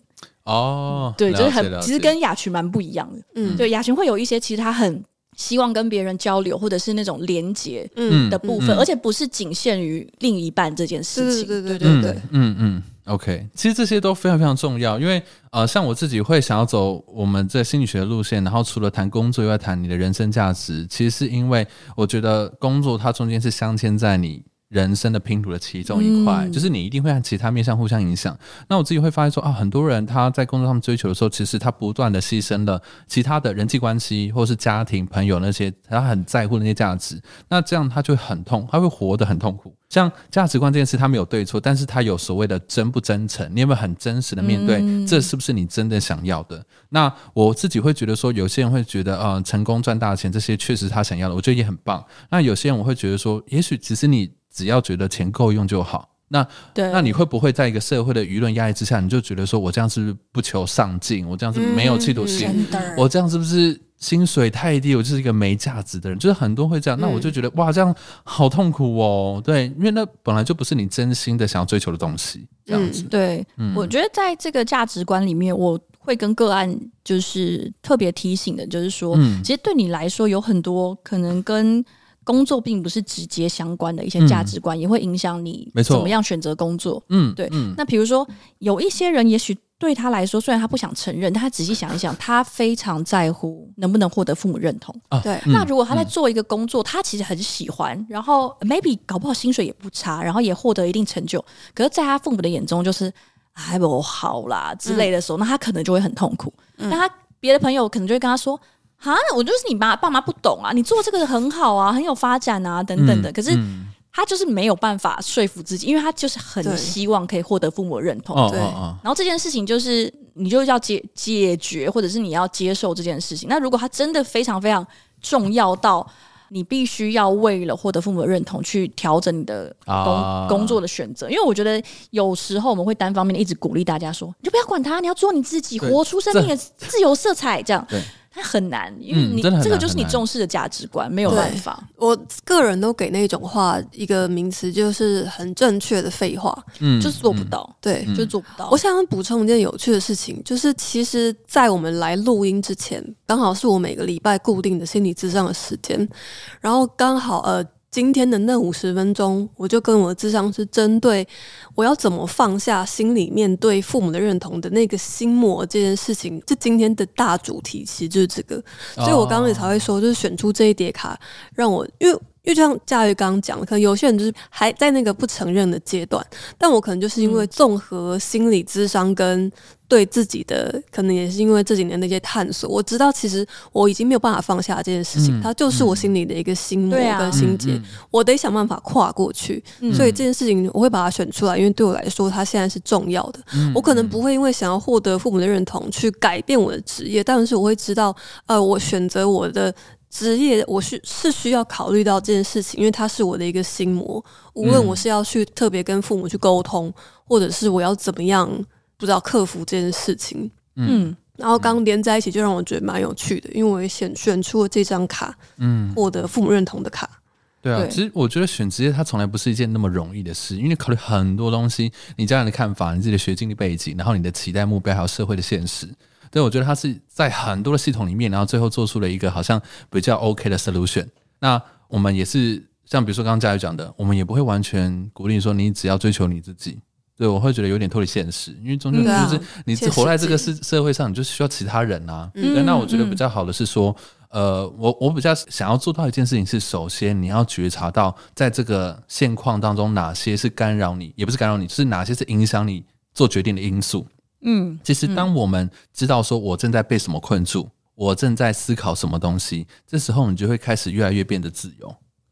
Speaker 3: 哦，
Speaker 1: 对，就是
Speaker 3: 了解了
Speaker 1: 很
Speaker 3: 解
Speaker 1: 其实跟雅群蛮不一样的。
Speaker 2: 嗯
Speaker 1: 对，雅群会有一些其实他很希望跟别人交流，或者是那种连接
Speaker 2: 嗯
Speaker 1: 的部分，
Speaker 3: 嗯
Speaker 1: 而且不是仅限于另一半这件
Speaker 2: 对
Speaker 1: 事
Speaker 2: 对
Speaker 1: 情。
Speaker 2: 对对对
Speaker 3: 嗯
Speaker 2: 对，
Speaker 3: 嗯嗯，OK，其实这些都非常非常重要，因为呃，像我自己会想要走我们这心理学的路线，然后除了谈工作以外，谈你的人生价值，其实是因为我觉得工作它中间是镶嵌在你。人生的拼图的其中一块，
Speaker 1: 嗯
Speaker 3: 就是你一定会和其他面向互相影响。那我自己会发现说啊，很多人他在工作上追求的时候，其实他不断的牺牲了其他的人际关系，或是家庭、朋友那些，他很在乎那些价值。那这样他就会很痛，他会活得很痛苦。像价值观这件事，他没有对错，但是他有所谓的真不真诚，你有没有很真实的面对？
Speaker 1: 嗯
Speaker 3: 这是不是你真的想要的？那我自己会觉得说，有些人会觉得，呃，成功赚大钱这些确实他想要的，我觉得也很棒。那有些人我会觉得说，也许其实你只要觉得钱够用就好。那
Speaker 1: 对
Speaker 3: 那你会不会在一个社会的舆论压力之下，你就觉得说我这样是不是不求上进，我这样是没有企图心，
Speaker 2: 嗯
Speaker 1: 真的，
Speaker 3: 我这样是不是薪水太低？我就是一个没价值的人，就是很多会这样。那我
Speaker 1: 嗯
Speaker 3: 就觉得、哇，这样好痛苦哦。对，因为那本来就不是你真心的想要追求的东西，这样子。
Speaker 1: 对，
Speaker 3: 嗯
Speaker 1: 我觉得在这个价值观里面，我会跟个案就是特别提醒的，就是说，
Speaker 3: 嗯
Speaker 1: 其实对你来说有很多可能跟工作并不是直接相关的一些价值观，也会影响你
Speaker 3: 嗯没错
Speaker 1: 怎么样选择工作。
Speaker 3: 嗯，
Speaker 1: 对
Speaker 3: 嗯
Speaker 1: 那比如说，有一些人也许对他来说，虽然他不想承认，但他仔细想一想，他非常在乎能不能获得父母认同。
Speaker 3: 啊
Speaker 2: 对
Speaker 3: 嗯
Speaker 1: 那如果他在做一个工作，他其实很喜欢，然后 maybe 搞不好薪水也不差，然后也获得一定成就，可是在他父母的眼中就是哎不好啦之类的时
Speaker 3: 嗯
Speaker 1: 候，那他可能就会很痛苦。那他别的朋友可能就会跟他说。啊，我就是你妈爸妈不懂啊，你做这个很好啊，很有发展啊，等等的。
Speaker 3: 嗯
Speaker 1: 可是
Speaker 3: 嗯
Speaker 1: 他就是没有办法说服自己，因为他就是很
Speaker 2: 对
Speaker 1: 希望可以获得父母的认同。
Speaker 3: 哦
Speaker 2: 对
Speaker 3: 哦
Speaker 1: 然后这件事情就是你就要解解决，或者是你要接受这件事情。那如果它真的非常非常重要到你必须要为了获得父母的认同去调整你的工、
Speaker 3: 啊
Speaker 1: 工作的选择，因为我觉得有时候我们会单方面的一直鼓励大家说，你就不要管他，你要做你自己，
Speaker 3: 对
Speaker 1: 活出生命的自由色彩，这样
Speaker 3: 对。
Speaker 1: 它很难，因为
Speaker 3: 嗯
Speaker 1: 你、
Speaker 3: 真的很
Speaker 1: 这个
Speaker 3: 难
Speaker 1: 就是
Speaker 3: 很
Speaker 1: 你
Speaker 3: 难
Speaker 1: 重视的价值观，没有
Speaker 2: 对
Speaker 1: 办法。
Speaker 2: 我个人都给那种话一个名词，就是很正确的废话，
Speaker 3: 哦，嗯
Speaker 1: 就是做不。到，
Speaker 2: 对。
Speaker 3: 嗯
Speaker 1: 就做不到。
Speaker 2: 我想要补充一件有趣的事情，就是其实，在我们来录音之前，刚好是我每个礼拜固定的心理咨商的时间，然后刚好呃，今天的那五十分钟，我就跟我的咨商是针对我要怎么放下心里面对父母的认同的那个心魔这件事情，这今天的大主题其实就是这个，所以我
Speaker 3: 哦
Speaker 2: 刚刚也才会说，就是选出这一叠卡，让我因为。因为就像佳玉刚刚讲的，可能有些人就是还在那个不承认的阶段，但我可能就是因为
Speaker 1: 嗯
Speaker 2: 综合心理智商跟对自己的，可能也是因为这几年的一些探索，我知道其实我已经没有办法放下这件事情，
Speaker 3: 嗯
Speaker 2: 它就是我心里的一个心魔
Speaker 1: 对啊
Speaker 2: 跟心结，
Speaker 3: 嗯
Speaker 2: 我得想办法跨过去。
Speaker 1: 嗯
Speaker 2: 所以这件事情我会把它选出来，因为对我来说，它现在是重要的。
Speaker 3: 嗯
Speaker 2: 我可能不会因为想要获得父母的认同去改变我的职业，但是我会知道，呃，我选择我的职业，我是是需要考虑到这件事情，因为它是我的一个心魔。无论
Speaker 3: 嗯
Speaker 2: 我是要去特别跟父母去沟通，或者是我要怎么样，不知道克服这件事情。
Speaker 1: 嗯，
Speaker 2: 然后刚连在一起，就让我觉得蛮有趣的，因为我也选选出了这张卡，
Speaker 3: 嗯，
Speaker 2: 获得父母认同的卡。
Speaker 3: 对啊，
Speaker 1: 对
Speaker 3: 其实我觉得选职业它从来不是一件那么容易的事，因为你考虑很多东西，你家人的看法、你自己的学经历背景，然后你的期待目标，还有社会的现实。对，我觉得它是在很多的系统里面，然后最后做出了一个好像比较 OK 的 solution。那我们也是像比如说刚刚佳宇讲的，我们也不会完全鼓励说你只要追求你自己。对，我会觉得有点脱离现实，因为终究
Speaker 2: 嗯对啊
Speaker 3: 就是你
Speaker 2: 切实
Speaker 3: 活在这个
Speaker 2: 际
Speaker 3: 社社会上，你就需要其他人啊。
Speaker 2: 嗯
Speaker 3: 对那我觉得
Speaker 1: 嗯
Speaker 3: 比较好的是说，呃，我我比较想要做到一件事情是，首先你要觉察到，在这个现况当中，哪些是干扰你，也不是干扰你，就是哪些是影响你做决定的因素。
Speaker 1: 嗯，
Speaker 3: 其实，当我们知道说我正在被什么困住，我正在思考什么东西，这时候你就会开始越来越变得自由。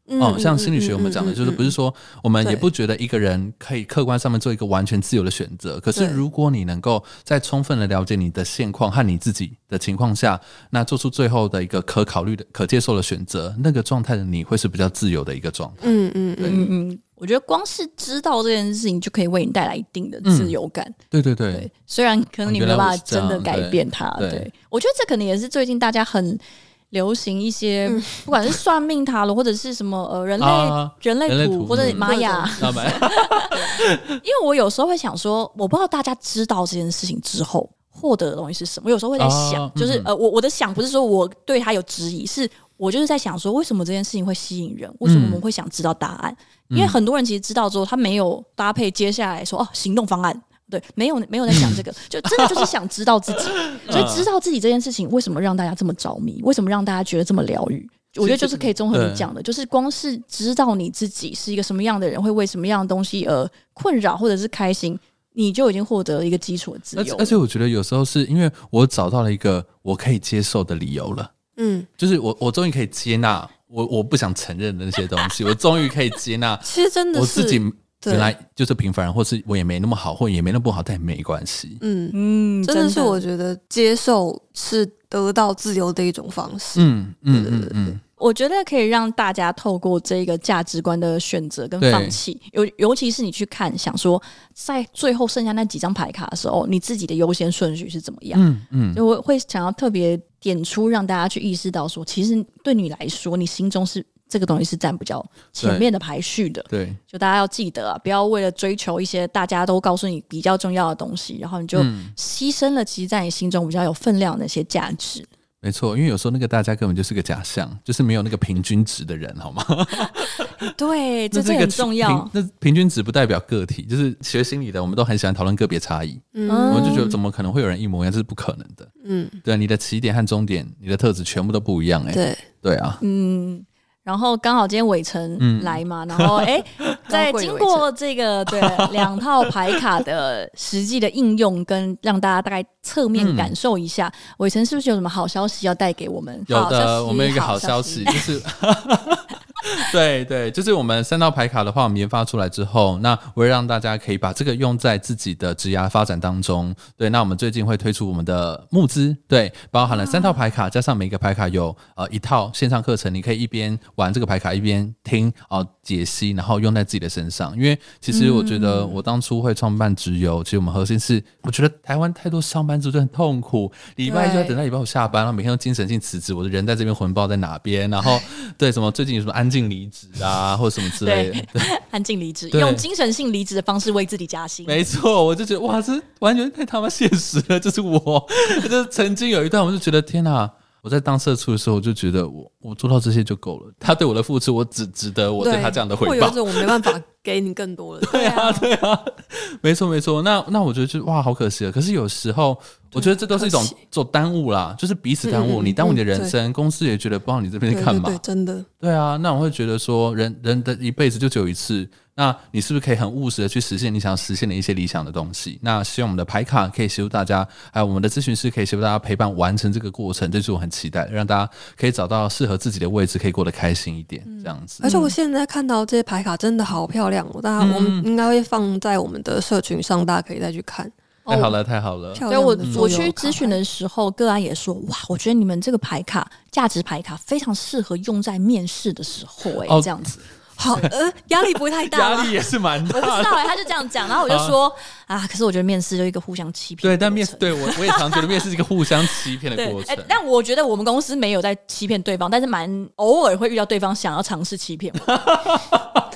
Speaker 1: 嗯
Speaker 2: 嗯
Speaker 3: 哦，像心理学我们讲的，就是不是说我们
Speaker 2: 对
Speaker 3: 也不觉得一个人可以客观上面做一个完全自由的选择。可是
Speaker 2: 对
Speaker 3: 如果你能够在充分的了解你的现况和你自己的情况下，那做出最后的一个可考虑的、可接受的选择，那个状态的你会是比较自由的一个状态。
Speaker 2: 嗯嗯嗯
Speaker 1: 嗯嗯，我觉得光是知道这件事情就可以为你带来一定
Speaker 3: 嗯
Speaker 1: 的自由感。
Speaker 3: 对对对，
Speaker 1: 对，虽然可能你没有办法真的改变它，
Speaker 3: 嗯原来我是这样对
Speaker 1: 对我觉得这可能也是最近大家很流行一些，不管是算命塔罗或者是什么呃人类、
Speaker 3: 嗯啊
Speaker 1: 人
Speaker 3: 人类
Speaker 1: 类
Speaker 3: 图
Speaker 1: 图或者
Speaker 3: 嗯
Speaker 1: 玛雅，
Speaker 3: 那 蛮
Speaker 1: 因为我有时候会想说，我不知道大家知道这件事情之后获得的东西是什么。我有时候会在想，
Speaker 3: 啊
Speaker 1: 就是
Speaker 3: 嗯
Speaker 1: 呃，我我的想不是说我对他有质疑，是我就是在想说，为什么这件事情会吸引人？为什么我们会想知道答案？
Speaker 3: 嗯
Speaker 1: 因为很多人其实知道之后，他没有搭配接下来说哦行动方案。对，没有没有在想 这个，就真的就是想知道自己，所以知道自己这件事情为什么让大家这么着迷，为什么让大家觉得这么疗愈？我觉得就是可以综合你讲的，就是光是知道你自己是一个什么样的人，会为什么样的东西而困扰或者是开心，你就已经获得了一个基础的自
Speaker 3: 而且
Speaker 1: 由了。
Speaker 3: 而且我觉得有时候是因为我找到了一个我可以接受的理由了，
Speaker 2: 嗯，
Speaker 3: 就是我我终于可以接纳我我不想承认的那些东西，我终于可以接纳
Speaker 2: 其实真的
Speaker 3: 我
Speaker 2: 是
Speaker 3: 自己
Speaker 2: 对
Speaker 3: 原来就是平凡人，或是我也没那么好，或也没那么不好，但也没关系。
Speaker 2: 嗯，
Speaker 1: 嗯，
Speaker 2: 真的是我觉得接受是得到自由的一种方式。
Speaker 3: 嗯嗯嗯嗯，
Speaker 1: 我觉得可以让大家透过这个价值观的选择跟
Speaker 3: 对
Speaker 1: 放弃，尤尤其是你去看，想说在最后剩下那几张牌卡的时候，你自己的优先顺序是怎么样？
Speaker 3: 嗯嗯，
Speaker 1: 所以我会想要特别点出，让大家去意识到说，其实对你来说，你心中是这个东西是占比较前面的排序的。
Speaker 3: 对，
Speaker 1: 就大家要记得啊，不要为了追求一些大家都告诉你比较重要的东西，然后你就
Speaker 3: 嗯
Speaker 1: 牺牲了，其实在你心中比较有分量的那些价值。
Speaker 3: 没错，因为有时候那个大家根本就是个假象，就是没有那个平均值的人，好吗？
Speaker 1: 对，这
Speaker 3: 那
Speaker 1: 这
Speaker 3: 个
Speaker 1: 很重要
Speaker 3: 平。那平均值不代表个体，就是学心理的，我们都很喜欢讨论个别差异，
Speaker 1: 嗯
Speaker 3: 我们就觉得怎么可能会有人一模一样，这是不可能的。
Speaker 2: 嗯，
Speaker 3: 对啊，你的起点和终点，你的特质全部都不一样、欸，哎，
Speaker 2: 对，
Speaker 3: 对啊，
Speaker 1: 嗯，然后刚好今天伟
Speaker 3: 嗯
Speaker 1: 成来嘛，然后 哎，在
Speaker 2: 高贵
Speaker 1: 经
Speaker 2: 伟
Speaker 1: 过这个 对两套牌卡的实际的应用，跟让大家大概侧面感受一下，伟成是不是有什么好消息要带给我们？
Speaker 3: 嗯有
Speaker 1: 好消
Speaker 3: 的，
Speaker 1: 息
Speaker 3: 我们有一个好消息，就是。对对，就是我们三道牌卡的话，我们研发出来之后，那我会让大家可以把这个用在自己的职涯发展当中。对，那我们最近会推出我们的募资，对，包含了三套牌卡，加上每个牌卡有呃一套线上课程，你可以一边玩这个牌卡，一边听哦、解析，然后用在自己的身上。因为其实我觉
Speaker 2: 嗯
Speaker 3: 得我当初会创办直邮，其实我们核心是，我觉得台湾太多上班族就很痛苦，礼拜一就要
Speaker 2: 对
Speaker 3: 等到礼拜五下班，然后每天都精神性辞职，我的人在这边魂不知道在哪边，然 后对什么最近有什么安静离职啊，或者什么之类的，对，
Speaker 1: 安静离职，
Speaker 3: 对
Speaker 1: 用精神性离职的方式为自己加薪。
Speaker 3: 没错，我就觉得哇，这完全太他妈现实了，就是我，就是曾经有一段，我就觉得天哪、我在当社畜的时候，我就觉得我我做到这些就够了，他对我的付出，我只值得我对他这样的
Speaker 2: 会
Speaker 3: 回
Speaker 2: 有
Speaker 3: 报
Speaker 2: 一。种我没办法给你更多的。
Speaker 1: 对啊，
Speaker 3: 对啊，没错没错。那那我觉得就是哇，好可惜了。啊可是有时候，我觉得这都是一种
Speaker 2: 啊可惜
Speaker 3: 做耽误啦，就是彼此耽误。
Speaker 2: 嗯嗯嗯
Speaker 3: 你耽误你的
Speaker 2: 嗯
Speaker 3: 人
Speaker 2: 对
Speaker 3: 生，公司也觉得不知道你这边
Speaker 2: 对
Speaker 3: 在干
Speaker 2: 对
Speaker 3: 嘛。
Speaker 2: 对，真的，
Speaker 3: 对啊，那我会觉得说，人人的一辈子就只有一次，那你是不是可以很务实的去实现你想实现的一些理想的东西？那希望我们的牌卡可以协助大家，还有我们的咨询师可以协助大家陪伴完成这个过程，这是我很期待的，让大家可以找到适合自己的位置，可以过得开心一点，这样子
Speaker 2: 嗯而。且我现在看到这些牌卡真的好漂亮哦，
Speaker 3: 嗯
Speaker 2: 大家我们应该会放在我们的社群上，大家可以再去看。
Speaker 1: 哦
Speaker 3: 哎太好了，太好了。
Speaker 1: 所以
Speaker 2: 漂亮
Speaker 1: 啊我
Speaker 2: 的桌
Speaker 1: 我
Speaker 2: 游
Speaker 1: 去
Speaker 2: 卡
Speaker 1: 咨询的时候，个案也说，哇，我觉得你们这个牌卡价值牌卡非常适合用在面试的时候、哎、
Speaker 3: 哦
Speaker 1: 这样 子，
Speaker 2: 好，呃，
Speaker 1: 压力不会太大
Speaker 3: 压
Speaker 1: 吗？
Speaker 3: 力也是蛮
Speaker 1: 我 不
Speaker 3: 大
Speaker 1: 知
Speaker 3: 的
Speaker 1: 道。哎、他就这样讲，然后我就说啊可是我觉得面试就一个互相欺骗的过程，
Speaker 3: 对，但面试对我我也常觉得面试是一个互相欺骗的
Speaker 1: 对
Speaker 3: 过，程
Speaker 1: 哎、。但我觉得我们公司没有在欺骗对方，但是蛮偶尔会遇到对方想要尝试欺骗我。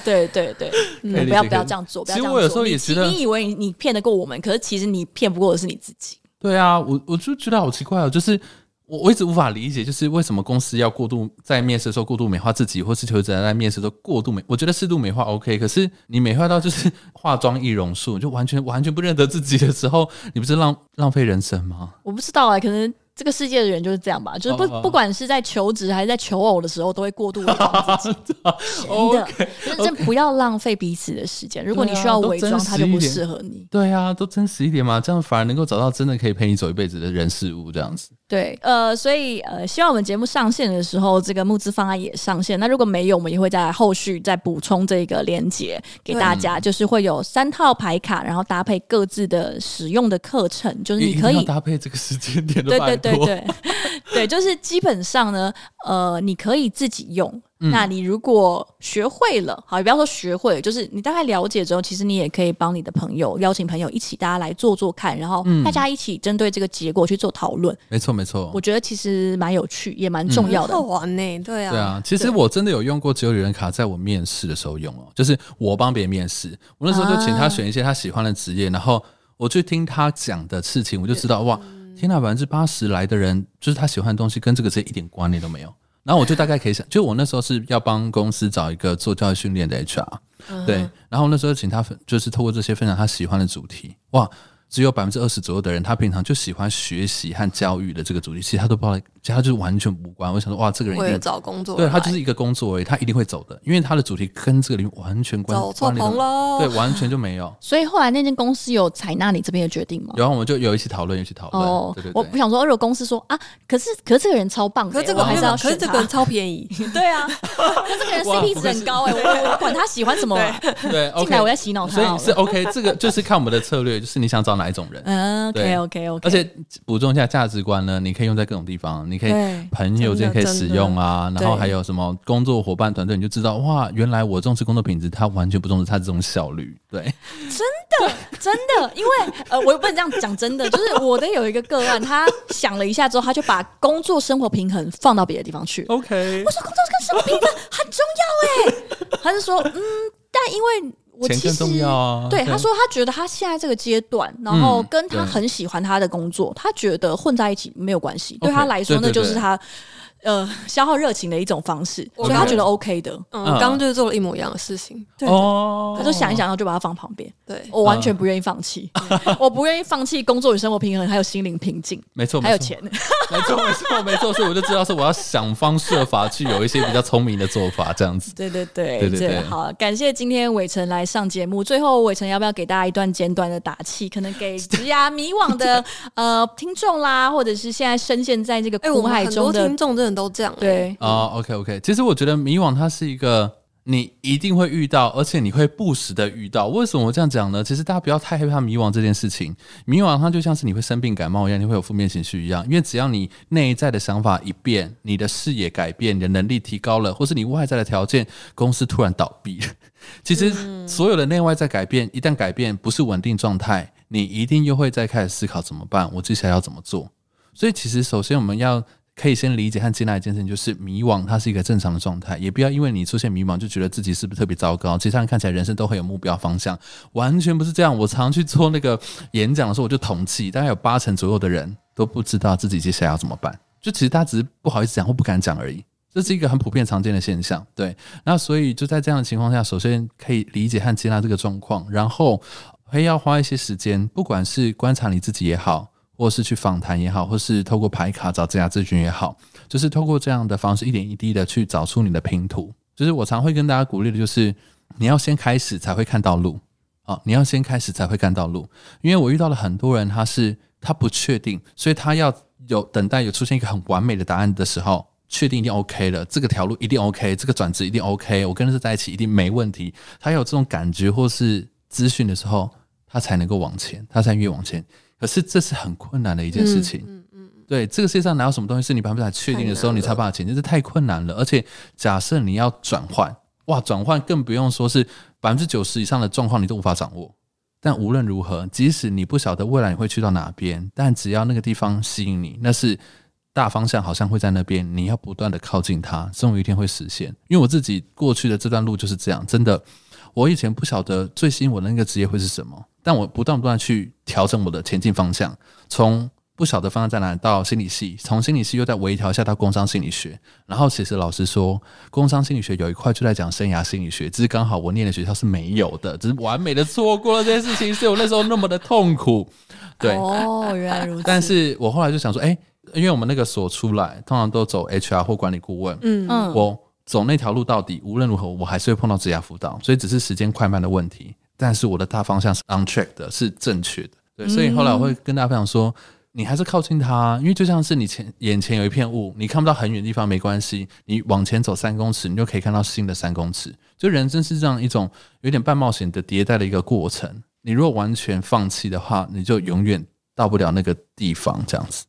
Speaker 1: 对对对，
Speaker 3: 可
Speaker 1: 嗯、
Speaker 3: 以
Speaker 1: 不要
Speaker 3: 理解
Speaker 1: 不要
Speaker 3: 可以
Speaker 1: 这样做，不
Speaker 3: 其
Speaker 1: 要
Speaker 3: 实
Speaker 1: 这样
Speaker 3: 我有
Speaker 1: 做
Speaker 3: 时候
Speaker 1: 你
Speaker 3: 也
Speaker 1: 其
Speaker 3: 觉得
Speaker 1: 你以为你你骗得过我们，可是其实你骗不过的是你自己。
Speaker 3: 对啊，我我就觉得好奇怪哦，就是我我一直无法理解，就是为什么公司要过度在面试的时候过度美化自己，或是求职者在面试的时候过度美，我觉得适度美化 OK，可是你美化到就是 化妆易容术，就完全完全不认得自己的时候，你不是浪浪费人生吗？
Speaker 1: 我不知道啊、可能这个世界的人就是这样吧，就是不、
Speaker 3: 哦哦哦
Speaker 1: 不管是在求职还是在求偶的时候，都会过度伪装自己。真的
Speaker 3: OK，啊
Speaker 1: 真的不要浪费彼此的时间。如果你需要伪装，
Speaker 3: 都真实
Speaker 1: 他就
Speaker 3: 一
Speaker 1: 不
Speaker 3: 点
Speaker 1: 适合你。
Speaker 3: 对啊，都真实一点嘛，这样反而能够找到真的可以陪你走一辈子的人事物，这样子。
Speaker 1: 对，呃，所以呃，希望我们节目上线的时候，这个募资方案也上线。那如果没有，我们也会在后续再补充这个链接给大家，
Speaker 3: 嗯
Speaker 1: 就是会有三套牌卡，然后搭配各自的使用的课程，就是
Speaker 3: 一
Speaker 1: 你
Speaker 3: 定
Speaker 1: 可
Speaker 3: 要
Speaker 1: 以。
Speaker 3: 搭配这个时间点的，
Speaker 1: 对对对对对，就是基本上呢，呃，你可以自己用，
Speaker 3: 嗯
Speaker 1: 那你如果学会了，好，也不要说学会了，就是你大概了解之后，其实你也可以帮你的朋友邀请朋友一起，大家来做做看，然后
Speaker 3: 嗯
Speaker 1: 大家一起针对这个结果去做讨论。
Speaker 3: 没错没错
Speaker 1: 我，觉得其实蛮有趣，也蛮
Speaker 3: 嗯
Speaker 1: 重要的。
Speaker 2: 好玩呢、对啊，
Speaker 3: 对啊，其实我真的有用过只有理论卡，在我面试的时候用哦，就是我帮别人面试，我那时候就请他选一些他喜欢的职业，然后我去听他讲的事情，我就知
Speaker 2: 啊
Speaker 3: 道哇，天呐，百分之八十来的人就是他喜欢的东西跟这个职业一点关联都没有。然后我就大概可以想，就我那时候是要帮公司找一个做教育训练的 HR，、对，
Speaker 2: 嗯
Speaker 3: 然后那时候请他分，就是透过这些分享他喜欢的主题，哇，只有百分之二十左右的人，他平常就喜欢学习和教育的这个主题，其实他都不知道，其实他就是完全无关。我想说，哇，这个人一
Speaker 2: 为了
Speaker 3: 定
Speaker 2: 找工作而
Speaker 3: 对
Speaker 2: 来，
Speaker 3: 他就是一个工作而已，他一定会走的，因为他的主题跟这个领域完全关
Speaker 2: 走错
Speaker 3: 关联
Speaker 2: 棚
Speaker 3: 都
Speaker 2: 喽。
Speaker 3: 对，完全就 没有。
Speaker 1: 所以后来那间公司有采纳你这边的决定吗？
Speaker 3: 然后我们就有一起讨论，有一起讨论，
Speaker 1: 哦
Speaker 3: 对对，
Speaker 1: 我
Speaker 3: 对
Speaker 1: 不。想说，如果公司说啊，可是可是这个人超棒的、
Speaker 2: 可是这个
Speaker 1: 我还是要
Speaker 2: 可是
Speaker 1: 选
Speaker 2: 这
Speaker 1: 他。
Speaker 2: 个人超 便宜，嗯
Speaker 1: 对啊， 可是这个人
Speaker 3: 哇
Speaker 1: CP 值很高哎、我我管他喜欢什么啊、
Speaker 3: 对
Speaker 1: 进
Speaker 3: ，OK，
Speaker 1: 来我在洗脑他
Speaker 3: 所
Speaker 1: 好
Speaker 3: 以是
Speaker 1: 了。
Speaker 3: OK，这个就是看我们的策略，就是你想找哪一种 人。
Speaker 1: 嗯，OK
Speaker 3: 对
Speaker 1: OK OK，
Speaker 3: 而且补充一下价值观呢，你可以用在各种地方，你可以
Speaker 1: 对
Speaker 3: 朋友之间可以使用啊，
Speaker 1: 的
Speaker 3: 然后
Speaker 1: 对
Speaker 3: 还有什么工作伙伴团队，你就知道哇，原来我重视工作品质，他完全不重视他这种效率。对，
Speaker 1: 真的，因为呃，我也不能这样讲，真的，就是我的有一个个案，他想了一下之后，他就把工作生活平衡放到别的地方
Speaker 3: 哦
Speaker 1: 去了。
Speaker 3: OK，
Speaker 1: 我说工作跟生活平衡很重要哎、他就说嗯，但因为我
Speaker 3: 钱
Speaker 1: 其
Speaker 3: 更
Speaker 1: 实
Speaker 3: 重要啊。
Speaker 1: 对，他说他觉得他现在这个阶段，然后
Speaker 3: 嗯
Speaker 1: 跟他
Speaker 3: 对
Speaker 1: 很喜欢他的工作，他觉得混在一起没有关系，对
Speaker 3: OK，
Speaker 1: 他来说
Speaker 3: 对对
Speaker 1: 那就是
Speaker 3: 对
Speaker 1: 他呃消耗热情的一种方式，所以他觉得 OK 的。
Speaker 2: 嗯，
Speaker 3: 嗯
Speaker 2: 刚刚就是做了一模一样的事情，
Speaker 1: 对
Speaker 3: 哦，
Speaker 1: 他就想一想，然后就把它放旁边。
Speaker 2: 对，
Speaker 1: 我完全不愿意放弃， 我不愿意放弃工作与生活平衡，还有心灵平静，
Speaker 3: 没错，没错，
Speaker 1: 还有钱。
Speaker 3: 没错，没错，没错，所以我就知道说我要想方设法去有一些比较聪明的做法，这样子。
Speaker 1: 对对对
Speaker 3: 对对对
Speaker 1: 好，感谢今天伟成来上节目。最后，伟成要不要给大家一段简短的打气？可能给职涯迷惘 的呃听众啦，或者是现在深陷在这个
Speaker 2: 哎、
Speaker 1: 苦
Speaker 2: 我们
Speaker 1: 海
Speaker 2: 很多
Speaker 1: 中的、
Speaker 2: 听众真的都这样、哎，
Speaker 1: 对。
Speaker 3: 哦、o k OK，其实我觉得迷惘它是一个你一定会遇到，而且你会不时的遇到。为什么我这样讲呢？其实大家不要太害怕迷惘这件事情，迷惘它就像是你会生病感冒一样，你会有负面情绪一样。因为只要你内在的想法一变，你的视野改变，你的能力提高了，或是你外在的条件，公司突然倒闭 了。其实所有的内外在改变，一旦改变不是稳定状态，你一定又会再开始思考怎么办，我接下来要怎么做。所以其实首先我们要可以先理解和接纳一件事情，就是迷惘它是一个正常的状态，也不要因为你出现迷茫就觉得自己是不是特别糟糕。其实他人看起来人生都很有目标方向，完全不是这样。我常去做那个演讲的时候，我就统计，大概有八成左右的人都不知道自己接下来要怎么办，就其实他只是不好意思讲或不敢讲而已。这是一个很普遍常见的现象，对。那所以就在这样的情况下，首先可以理解和接纳这个状况，然后会要花一些时间，不管是观察你自己也好，或是去访谈也好，或是透过牌卡找职涯咨询也好，就是透过这样的方式，一点一滴的去找出你的拼图。就是我常会跟大家鼓励的，就是你要先开始才会看到路啊、你要先开始才会看到路。因为我遇到了很多人，他是他不确定，所以他要有等待有出现一个很完美的答案的时候，确定一定 OK 了，这个条路一定 OK，这个转职一定 OK，我跟这在一起一定没问题。他有这种感觉或是资讯的时候，他才能够往前，他才越往前。可是这是很困难的一件事情。
Speaker 2: 嗯嗯，
Speaker 3: 对，这个世界上哪有什么东西是你百分之百确定的时候
Speaker 2: 太难了
Speaker 3: 你才把它前进？这太困难了。而且假设你要转换，哇，转换更不用说是百分之九十以上的状况你都无法掌握。但无论如何，即使你不晓得未来你会去到哪边，但只要那个地方吸引你，那是大方向好像会在那边，你要不断的靠近它，总有一天会实现。因为我自己过去的这段路就是这样，真的，我以前不晓得最吸引我的那个职业会是什么，但我不断不断地去调整我的前进方向，从不晓得方向在哪到心理系，从心理系又再微调一下到工商心理学。然后其实老实说，工商心理学有一块就在讲生涯心理学，只是刚好我念的学校是没有的，只是完美的错过了这件事情，所以我那时候那么的痛苦。对，
Speaker 1: 哦，原来如此。
Speaker 3: 但是我后来就想说，哎、因为我们那个所出来通常都走 HR 或管理顾问，
Speaker 2: 嗯
Speaker 1: 嗯，
Speaker 3: 我走那条路到底，无论如何，我还是会碰到职涯辅导，所以只是时间快慢的问题。但是我的大方向是 on track 的，是正确的。对，所以后来我会跟大家分享说，你还是靠近它，因为就像是你前眼前有一片雾，你看不到很远的地方没关系，你往前走三公尺，你就可以看到新的三公尺。就人生是这样一种有点半冒险的迭代的一个过程。你如果完全放弃的话，你就永远到不了那个地方，这样子。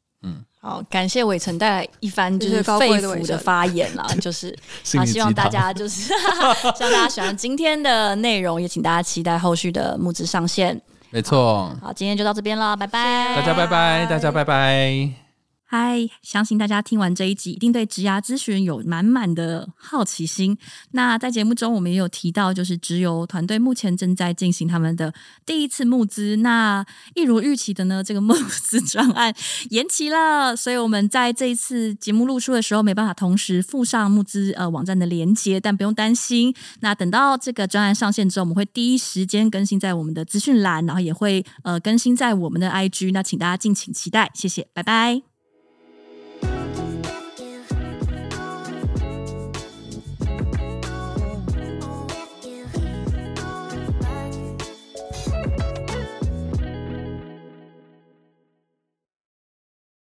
Speaker 1: 好，感谢伟成带来一番就
Speaker 2: 谢
Speaker 1: 是
Speaker 2: 谢高
Speaker 1: 肺
Speaker 2: 贵的
Speaker 1: 腑
Speaker 2: 伟
Speaker 1: 的
Speaker 2: 成
Speaker 1: 发言 啦，就是
Speaker 3: 心
Speaker 1: 啊，
Speaker 3: 灵
Speaker 1: 希
Speaker 3: 鸡
Speaker 1: 望大
Speaker 3: 汤
Speaker 1: 家就是 希望大家喜欢今天的内容，也请大家期待后续的募资上线。
Speaker 3: 没错，
Speaker 1: 好，今天就到这边啦，拜拜，
Speaker 3: 大家拜拜，大家拜拜。
Speaker 1: 嗨，相信大家听完这一集，一定对职涯咨询有满满的好奇心。那在节目中，我们也有提到，就是直邮团队目前正在进行他们的第一次募资。那一如预期的呢，这个募资专案延期了，所以我们在这一次节目录出的时候，没办法同时附上募资呃网站的连接，但不用担心。那等到这个专案上线之后，我们会第一时间更新在我们的资讯栏，然后也会呃更新在我们的 IG。那请大家敬请期待，谢谢，拜拜。